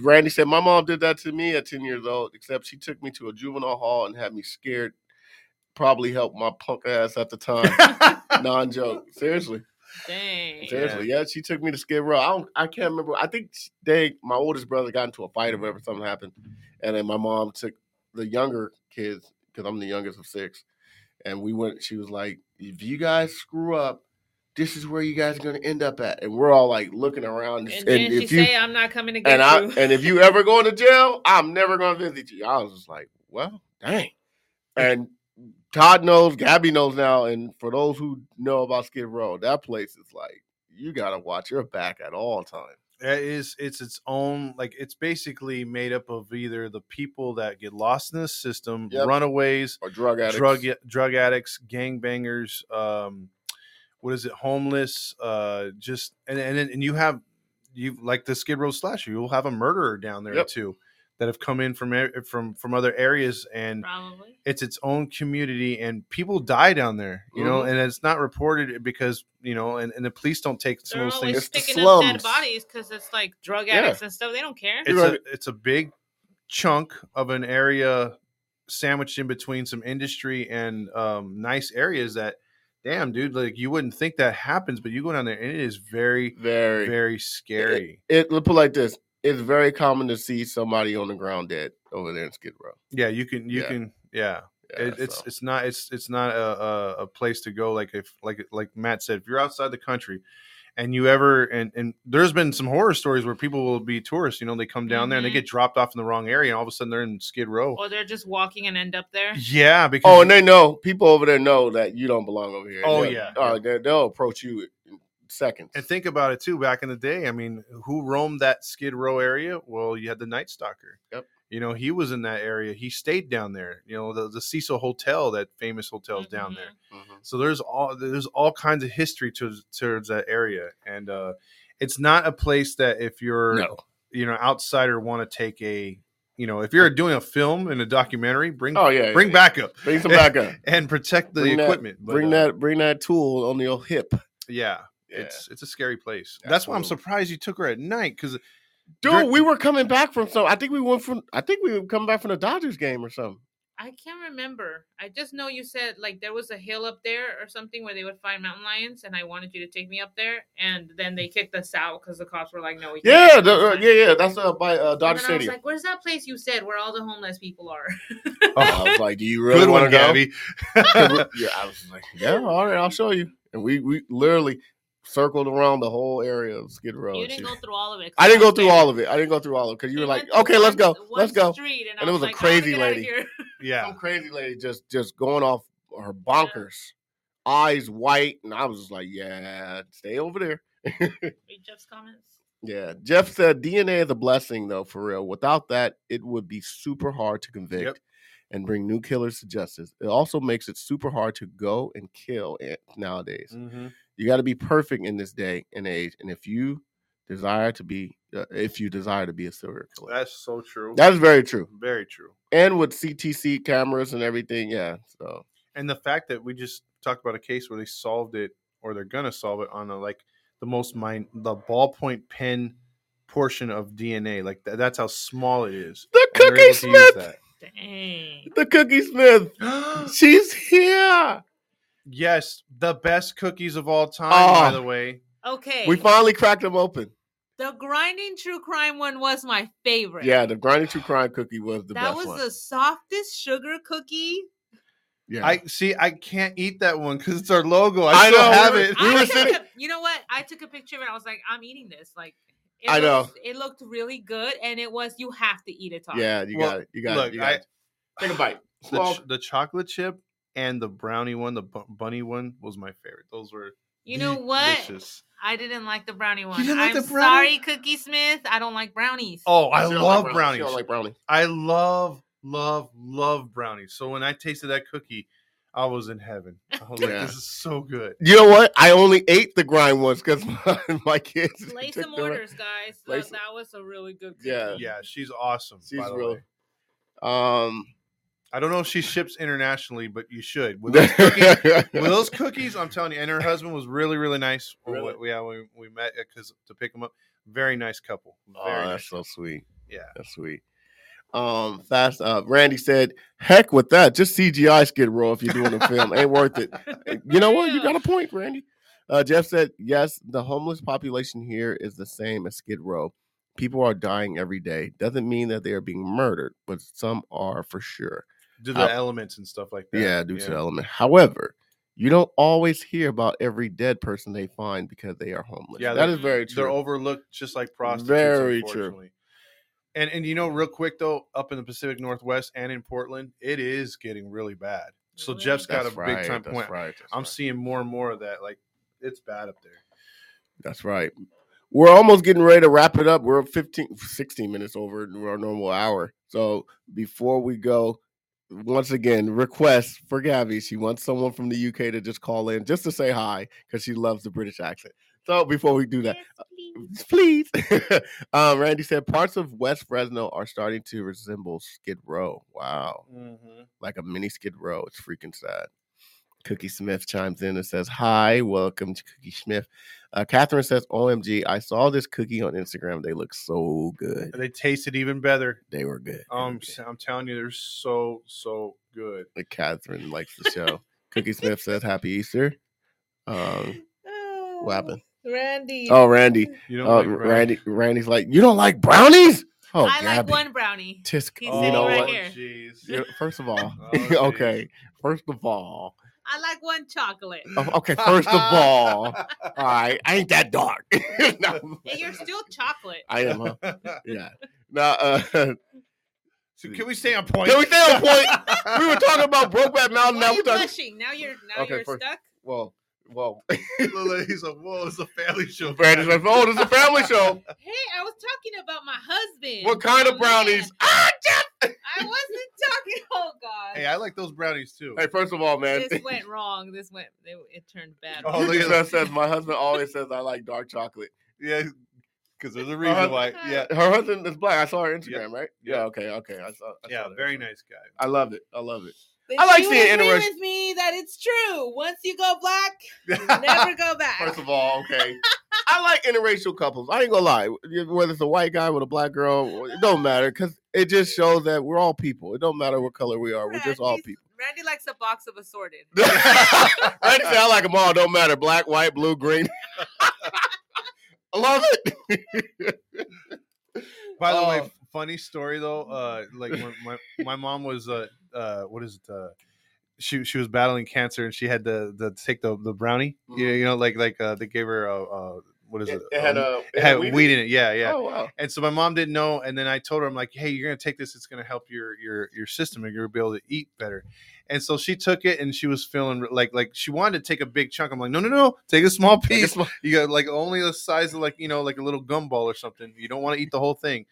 S2: Randy said, My mom did that to me at 10 years old, except she took me to a juvenile hall and had me scared. Probably helped my punk ass at the time. non joke. Seriously.
S4: Dang.
S2: Seriously. Yeah. she took me to Skid Row. I, don't, I can't remember. I think she- they, my oldest brother got into a fight or whatever, something happened. And then my mom took the younger kids, because I'm the youngest of six. And we went, she was like, If you guys screw up, this is where you guys are going to end up at. And we're all like looking around.
S4: And then she
S2: you-
S4: say, "I'm not coming to get
S2: and I
S4: you."
S2: and if you ever going to jail, I'm never going to visit you. I was just like, well, dang. And Todd knows, Gabby knows now, and for those who know about Skid Row, that place is like you gotta watch your back at all times.
S1: it is it's its own like it's basically made up of either the people that get lost in the system
S2: Yep.
S1: runaways
S2: Or drug addicts.
S1: drug drug addicts gangbangers um what is it homeless uh just and and, then- and you have you like the skid row slasher you'll have a murderer down there
S2: Yep.
S1: too that have come in from a- from from other areas and
S4: Probably.
S1: it's its own community and people die down there you know and it's not reported because you know and, and the police don't take some
S4: They're
S1: of those things
S4: always
S2: It's the
S4: picking up
S2: slums.
S4: dead bodies because it's like drug
S2: Yeah.
S4: addicts and stuff. They don't care.
S1: it's
S2: Right.
S1: a it's a big chunk of an area sandwiched in between some industry and um, nice areas that damn dude like you wouldn't think that happens but you go down there and it is very
S2: Very,
S1: very scary
S2: It let put it like this. It's very common to see somebody on the ground dead over there in Skid Row.
S1: yeah you can you
S2: Yeah.
S1: can yeah,
S2: Yeah,
S1: it, it's
S2: so.
S1: it's not it's it's not a, a a place to go like if like like Matt said if you're outside the country and you ever and and there's been some horror stories where people will be tourists you know they come down there and they
S4: Mhm.
S1: get dropped off in the wrong area and all of a sudden they're in Skid Row
S4: Or they're just walking and end up there.
S1: yeah because
S2: Oh, and they know people over there know that you don't belong over here.
S1: Oh,
S2: They'll-
S1: yeah.
S2: oh, they, they'll approach you in seconds.
S1: And think about it too. Back in the day, I mean, who roamed that Skid Row area? Well, you had the Night Stalker.
S2: Yep.
S1: You know, he was in that area. He stayed down there. You know, the, the Cecil Hotel, that famous hotel, is down there.
S2: Mhm.
S1: So there's all there's all kinds of history to towards that area, and uh, it's not a place that if you're
S2: No.
S1: you know outsider want to take a you know if you're doing a film and a documentary, bring
S2: Oh yeah.
S1: bring
S2: yeah.
S1: backup
S2: Bring some backup.
S1: and protect the
S2: Bring that-
S1: equipment. but,
S2: bring
S1: uh,
S2: that. Bring that tool on your hip.
S1: yeah.
S2: Yeah.
S1: It's it's a scary place. That's why I'm
S2: Absolutely.
S1: surprised you took her at night because
S2: Dude,
S1: Dur-
S2: we were coming back from some. I think we went from. I think we were coming back from the Dodgers game or something.
S4: I can't remember. I just know you said like there was a hill up there or something where they would find mountain lions, and I wanted you to take me up there, and then they kicked us out because the cops were like, "No, we can't."
S2: Yeah, the, uh, yeah, yeah. That's uh, by uh, Dodger
S4: And then I was
S2: Stadium.
S4: like, "Where's that place you said where all the homeless people are?"
S1: Oh,
S2: I was like, "Do you really want to go?" yeah, I was like, "Yeah, all right, I'll show you." And we we literally circled around the whole area of Skid Row.
S4: you
S2: and
S4: didn't
S2: Oh, shit.
S4: go through all of it. 'cause
S2: I
S4: I
S2: didn't go
S4: was
S2: through
S4: there.
S2: all of it. I didn't go through all of it because you
S4: We
S2: were like,
S4: went through
S2: "Okay, let's go,
S4: one- one
S2: let's go."
S4: Street, and,
S2: And it
S4: I was
S2: was a
S4: like, I wanna
S2: crazy
S4: get outta
S2: lady.
S4: here.
S1: yeah,
S2: Some crazy lady just just going off her bonkers, eyes white, and I was just like, "Yeah, stay over there."
S4: Read Jeff's comments.
S2: Yeah, Jeff said DNA is a blessing though, for real. Without that, it would be super hard to convict and bring new killers to justice. It also makes it super hard to go and kill it nowadays.
S4: Mm.
S2: You got to be perfect in this day and age, and if you desire to be, uh, if you desire to be a serial killer,
S1: that's so true.
S2: that's very true.
S1: very true.
S2: And with CTC cameras and everything, yeah. So
S1: And the fact that we just talked about a case where they solved it or they're gonna solve it on a like the most mine the ballpoint pen portion of DNA, like th- that's how small it is.
S2: the
S1: And they're
S2: Cookie
S1: able to use
S2: Smith,
S4: Dang.
S2: the Cookie Smith,
S1: that.
S2: she's here.
S1: yes, the best cookies of all time. By
S2: Oh.
S1: the way,
S4: Okay.
S2: We finally cracked them open.
S4: the grinding true crime one was my favorite.
S2: Yeah, the grinding true crime cookie was the
S4: that
S2: best
S4: was
S2: one.
S4: the softest sugar cookie.
S2: yeah.
S1: I see. I can't eat that one because it's our logo. I,
S2: I
S1: still
S2: know, Ah!
S1: have
S2: we were-
S1: it.
S2: we
S4: I
S2: were
S4: took
S2: sitting-
S4: a- you know what? I took a picture of it. I was like, I'm eating this. Like, it
S2: I know.
S4: looked- it looked really good, and it was. You have to eat it. Todd.
S2: Yeah, you
S1: Well,
S2: got it. You got
S1: look,
S2: it. You got
S1: I-
S2: it. Take a bite.
S1: the,
S2: Small-
S1: ch- the chocolate chip and the brownie one, the bu- bunny one was my favorite. Those were
S4: You know what?
S1: delicious.
S4: I didn't like the brownie one.
S1: didn't like
S4: I'm
S1: the brownie?
S4: sorry, Cookie Smith. I don't like brownies.
S1: Oh, I
S2: She don't
S1: love
S2: like She
S1: brownies.
S2: don't like brownies.
S1: I love, love, love brownies. So when I tasted that cookie, I was in heaven. I was like,
S2: Yeah.
S1: this is so good.
S2: You know what? I only ate the grind ones because my, my kids.
S4: Place
S2: took
S4: some
S2: the re-
S4: orders, guys. So
S2: Place-
S4: that was a really good. Cookie.
S2: Yeah.
S1: Yeah, she's awesome.
S2: She's
S1: by the
S2: real.
S1: way.
S2: Um,
S1: I don't know if she ships internationally, but you should. With those cookies, with
S2: Will
S1: those cookies, I'm telling you. And her husband was really, really nice. when
S2: Really?
S1: We, yeah, we, we met because to pick them up. Very nice couple.
S2: Oh,
S1: Very
S2: that's
S1: nice.
S2: so sweet.
S1: Yeah.
S2: That's sweet. Um, fast. Uh, Randy said, "Heck with that. Just CGI Skid Row if you're doing a film. Ain't worth it." Uh, You know what? You
S4: Real.
S2: got a point, Randy. Uh, Jeff said, "Yes, the homeless population here is the same as Skid Row. People are dying every day. Doesn't mean that they are being murdered, but some are for sure.
S1: Do the
S2: Uh,
S1: elements and stuff like that.
S2: Yeah, due to the element. However, you don't always hear about every dead person they find because they are homeless.
S1: Yeah,
S2: that
S1: they're-
S2: is very true.
S1: They're overlooked just like prostitutes.
S2: Very
S1: Very
S2: true.
S1: true. And and you know, real quick though, up in the Pacific Northwest and in Portland, it is getting really bad. So
S4: Really?
S1: Jeff's got
S2: That's
S1: a
S2: right,
S1: big time
S2: that's
S1: point.
S2: Right, that's
S1: I'm
S2: right.
S1: seeing more and more of that. Like it's bad up there.
S2: That's right. We're almost getting ready to wrap it up. We're 15, 16 minutes over our normal hour. So before we go, once again, request for Gabby. She wants someone from the UK to just call in just to say hi because she loves the British accent. So before we do that, please. um, Randy said parts of West Fresno are starting to resemble Skid Row. Wow, like a mini Skid Row. It's freaking sad. Cookie Smith chimes in and says, "Hi, welcome to Cookie Smith." Uh, Catherine says, "OMG, I saw this cookie on Instagram. They look so good.
S1: They tasted even better.
S2: They were good." They were
S1: Um,
S2: good."
S1: I'm telling you, they're so so good.
S2: Like Catherine likes the show. Cookie Smith says, "Happy Easter." Um, what happened?
S4: Randy.
S2: Oh, Randy.
S1: You know,
S2: Oh, Randy. Randy's like, "You don't like brownies?" Oh,
S4: I like
S2: Gabby.
S4: one brownie.
S2: Tisk,
S4: He's
S2: you
S4: sitting
S2: know
S4: right
S2: what?
S4: here.
S1: Oh, Jeez.
S2: You know, First of all,
S1: Oh,
S2: okay. First of all,
S4: I like one chocolate.
S2: o- okay. First of all, all right. I ain't that dark. No,
S4: And you're still chocolate.
S2: I am. Huh? Yeah. No. Uh,
S1: so can we stay on point?
S2: Can we stay on point? we were talking about Brokeback Mountain.
S4: Why are
S2: Now we're
S4: you
S2: talking.
S4: blushing? Now you're now
S2: Okay,
S4: you're
S2: first-
S4: stuck.
S2: Well, well.
S1: Lola, He's like, whoa, it's a family show.
S2: Brandon's like, oh, this is a family show.
S4: Hey, I was talking about my husband.
S2: What kind
S4: Oh,
S2: of brownies?
S4: man.
S2: Ah, Jeff!
S4: I wasn't talking. Oh God.
S1: Hey, I like those brownies too.
S2: Hey, first of all, man.
S4: this went wrong. This went. It, it turned bad.
S1: Oh, look at
S2: Lisa says my husband always says I like dark chocolate.
S1: Yeah, because there's a
S2: Uh,
S1: reason why. Yeah,
S2: Her husband is black. I saw her Instagram, right?
S1: Yeah.
S2: Yeah. Okay. Okay. I saw. I
S1: yeah,
S2: saw that.
S1: very nice guy.
S2: I love it. I love it.
S4: But
S2: I like
S4: you
S2: seeing
S4: agree
S2: interest-
S4: with me that it's true. Once you go black, you never go back.
S2: First of all, okay. I like interracial couples. I ain't gonna lie. Whether it's a white guy with a black girl, it don't matter because it just shows that we're all people. It don't matter what color we are. We're just all
S4: Randy's-
S2: people.
S4: Randy likes a box of assorted.
S2: Randy said, I like them all. Don't matter. Black, white, blue, green. I love it.
S1: By the
S2: Oh.
S1: way, funny story though. Uh, like when my my mom was uh, uh what is it? Uh, she she was battling cancer and she had to the take the the brownie. You, know, you know, like like uh, they gave her a, uh what is it? Um,
S2: a,
S1: it had weed in it. Yeah, yeah.
S2: Oh wow.
S1: And so my mom didn't know, and then I told her, I'm like, "Hey, you're gonna take this. It's gonna help your your your system, and you're gonna be able to eat better." And so she took it, and she was feeling like like she wanted to take a big chunk. I'm like, "No, no, no, take a small piece.
S2: small-
S1: You got like only the size of like you know like a little gumball or something. You don't want to eat the whole thing."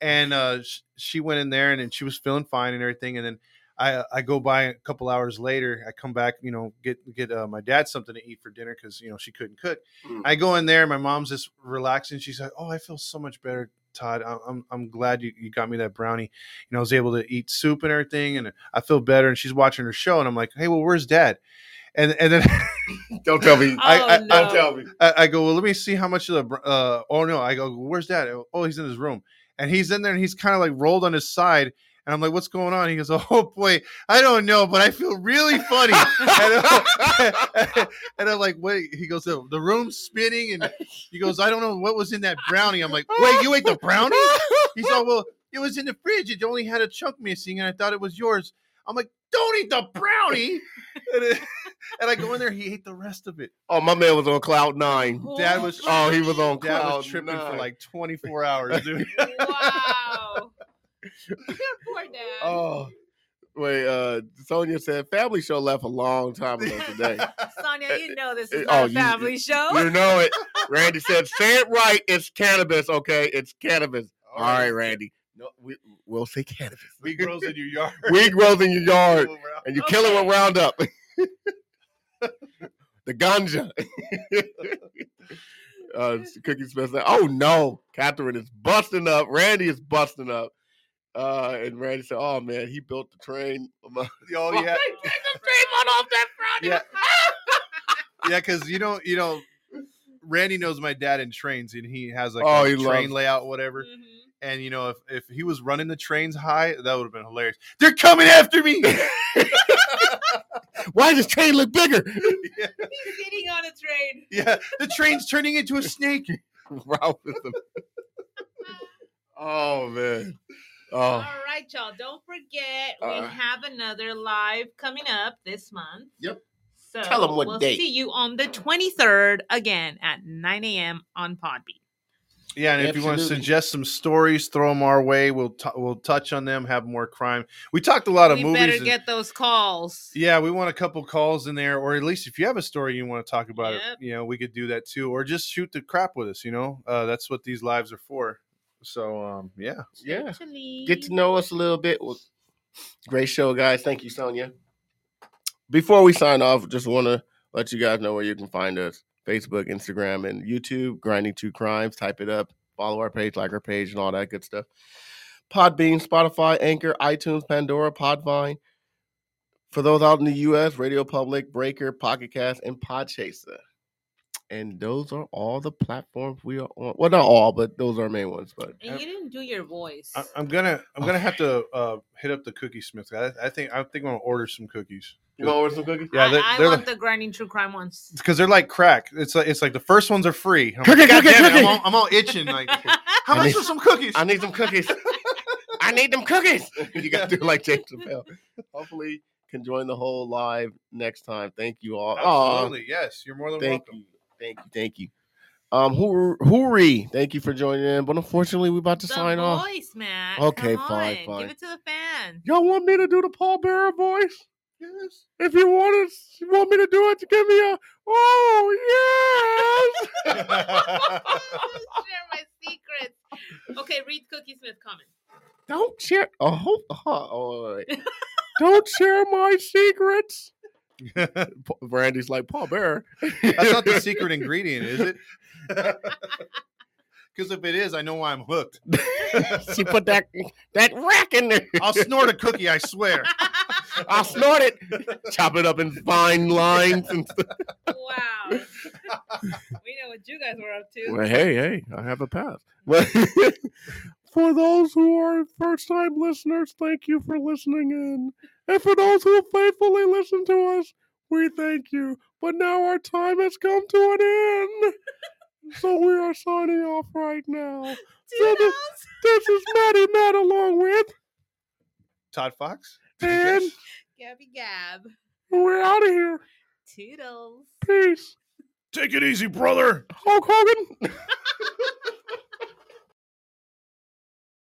S1: And uh, sh- she went in there, and, and she was feeling fine and everything. And then I I go by a couple hours later. I come back, you know, get get uh, my dad something to eat for dinner because you know she couldn't cook.
S2: Mm.
S1: I go in there, my mom's just relaxing. She's like, "Oh, I feel so much better, Todd. I'm I'm, I'm glad you, you got me that brownie. You know, I was able to eat soup and everything, and I feel better." And she's watching her show, and I'm like, "Hey, well, where's Dad?" And and then
S2: Don't tell me.
S1: I- I- I-
S4: oh no!
S2: Don't tell me.
S1: I, I go, well, let me see how much of the. br- Uh, oh no, I go, where's dad? Oh, he's in his room, and he's in there, and he's kind of like rolled on his side, and I'm like, what's going on? He goes, oh boy, I don't know, but I feel really funny, and, I'm- and I'm like, wait. He goes, the, the room's spinning, and he goes, I don't know what was in that brownie. I'm like, wait, you ate the brownie? He's all, well, it was in the fridge. It only had a chunk missing, and I thought it was yours. I'm like, don't eat the brownie. and, it- and I go in there, he ate the rest of it.
S2: Oh, my man was on cloud nine.
S1: Dad was-
S2: Oh, he was on
S1: Dad
S2: cloud
S1: was tripping
S2: nine.
S1: for like 24 hours, dude.
S4: wow. Poor dad.
S2: Oh, wait. Uh, Sonia said family show left a long time ago today.
S4: Sonia, you know this is
S2: eh,
S4: not
S2: oh,
S4: a
S2: you-
S4: family show.
S2: you know it. Randy said, "Say it right. It's cannabis, okay? It's cannabis." All right, Randy. No, we we'll say cannabis.
S1: We girls in your yard.
S2: Weed grows in your yard,
S1: Around-
S2: and you kill it with
S4: Okay.
S2: Roundup. the ganja. uh, Cookie Smith said, "Oh no, Catherine is busting up. Randy is busting up." Uh, and Randy said, "Oh man, he built the train."
S1: Oh yeah, yeah, yeah. Because you don't, you know, Randy knows my dad in trains, and he has like
S2: Oh,
S1: a
S2: he
S1: train
S2: loves-
S1: layout, whatever.
S4: Mhm.
S1: And you know, if if he was running the trains high, that would have been hilarious. They're coming after me.
S2: Why does train look bigger?
S4: He's sitting on a train.
S1: yeah, the train's turning into a snake.
S2: Ralph is the. oh man.
S4: All
S2: Oh.
S4: right, y'all. Don't forget,
S2: Uh,
S4: we have another live coming up this month.
S2: Yep.
S4: So
S2: Tell 'em what
S4: we'll
S2: date.
S4: see you on the 23rd again at 9 a.m. on Podbean.
S1: Yeah, and if you want to
S2: Absolutely.
S1: suggest some stories, throw them our way. We'll t- we'll touch on them. Have more crime. We talked a lot of
S4: We
S1: movies.
S4: better
S1: and-
S4: get those calls.
S1: Yeah, we want a couple calls in there, or at least if you have a story you want to talk about
S4: Yep.
S1: it, you know, we could do that too, or just shoot the crap with us. You know, uh, that's what these lives are for. So, um, yeah,
S2: Yeah.
S4: Actually,
S2: Get to know us a little bit. Well, great show, guys. Thank you, Sonia. Before we sign off, just want to let you guys know where you can find us. Facebook, Instagram, and YouTube. Grinding Two Crimes. Type it up. Follow our page, like our page, and all that good stuff. Podbean, Spotify, Anchor, iTunes, Pandora, Podvine. For those out in the U.S., Radio Public, Breaker, Pocket Cast, and Podchaser. And those are all the platforms we are on. Well, not all, but those are main ones. But
S1: And
S3: you didn't do your voice.
S2: Uh,
S1: I, I'm gonna I'm gonna have to uh, hit up the cookie smith. guy. I, I think I think I'm gonna order some cookies.
S2: you want to order some cookies?
S1: Yeah, they're,
S4: I, I
S1: they're
S4: want
S1: like,
S4: the grinding true crime ones.
S1: because they're like crack. It's like it's like the first ones are free. I'm, like,
S2: Cookie,
S1: "God
S2: cookie,
S1: damn it, I'm,
S2: cookie."
S1: all, I'm all itching. Like, how
S2: I
S1: much
S2: need-
S1: for some cookies?
S2: I need some cookies. I need them cookies. you got to do like James Chappelle. Hopefully, you can join the whole live next time. Thank you all. Aw,
S1: Absolutely, yes. You're more than
S2: thank
S1: welcome.
S2: you, thank you, thank you. Um, hoor- hooray! Thank you for joining in. But unfortunately, we're about to
S4: The
S2: sign off.
S4: voice, man.
S2: Okay,
S4: Come
S2: fine,
S4: on.
S2: fine.
S4: Give it to the fan.
S2: Y'all want me to do the Paul Bearer voice?
S1: Yes.
S2: If you want to, you want me to do it, give me a. Oh yes!
S4: Share my secrets. Okay, read Cookie Smith comment.
S2: Don't share. Oh, ho- oh, oh, wait. don't share my secrets. Pa- Brandy's like Paul Bearer.
S1: That's not the secret ingredient, is it? Because if it is, I know why I'm hooked.
S2: she put that that rack in there.
S1: I'll snort a cookie, I swear.
S2: I'll snort it, chop it up in fine lines. And stuff.
S4: wow. we know what you guys were up to.
S2: Well, hey, hey, I have a pass. But for those who are first time listeners, thank you for listening in. And for those who faithfully listen to us, we thank you. But now our time has come to an end. So we are signing off right now.
S4: Toodles.
S2: This is Maddie Matt along with,
S1: Todd Fox.
S2: and
S4: Gabby Gab.
S2: we're out of here.
S4: Toodles.
S2: Peace.
S1: Take it easy, brother.
S2: Hulk Hogan.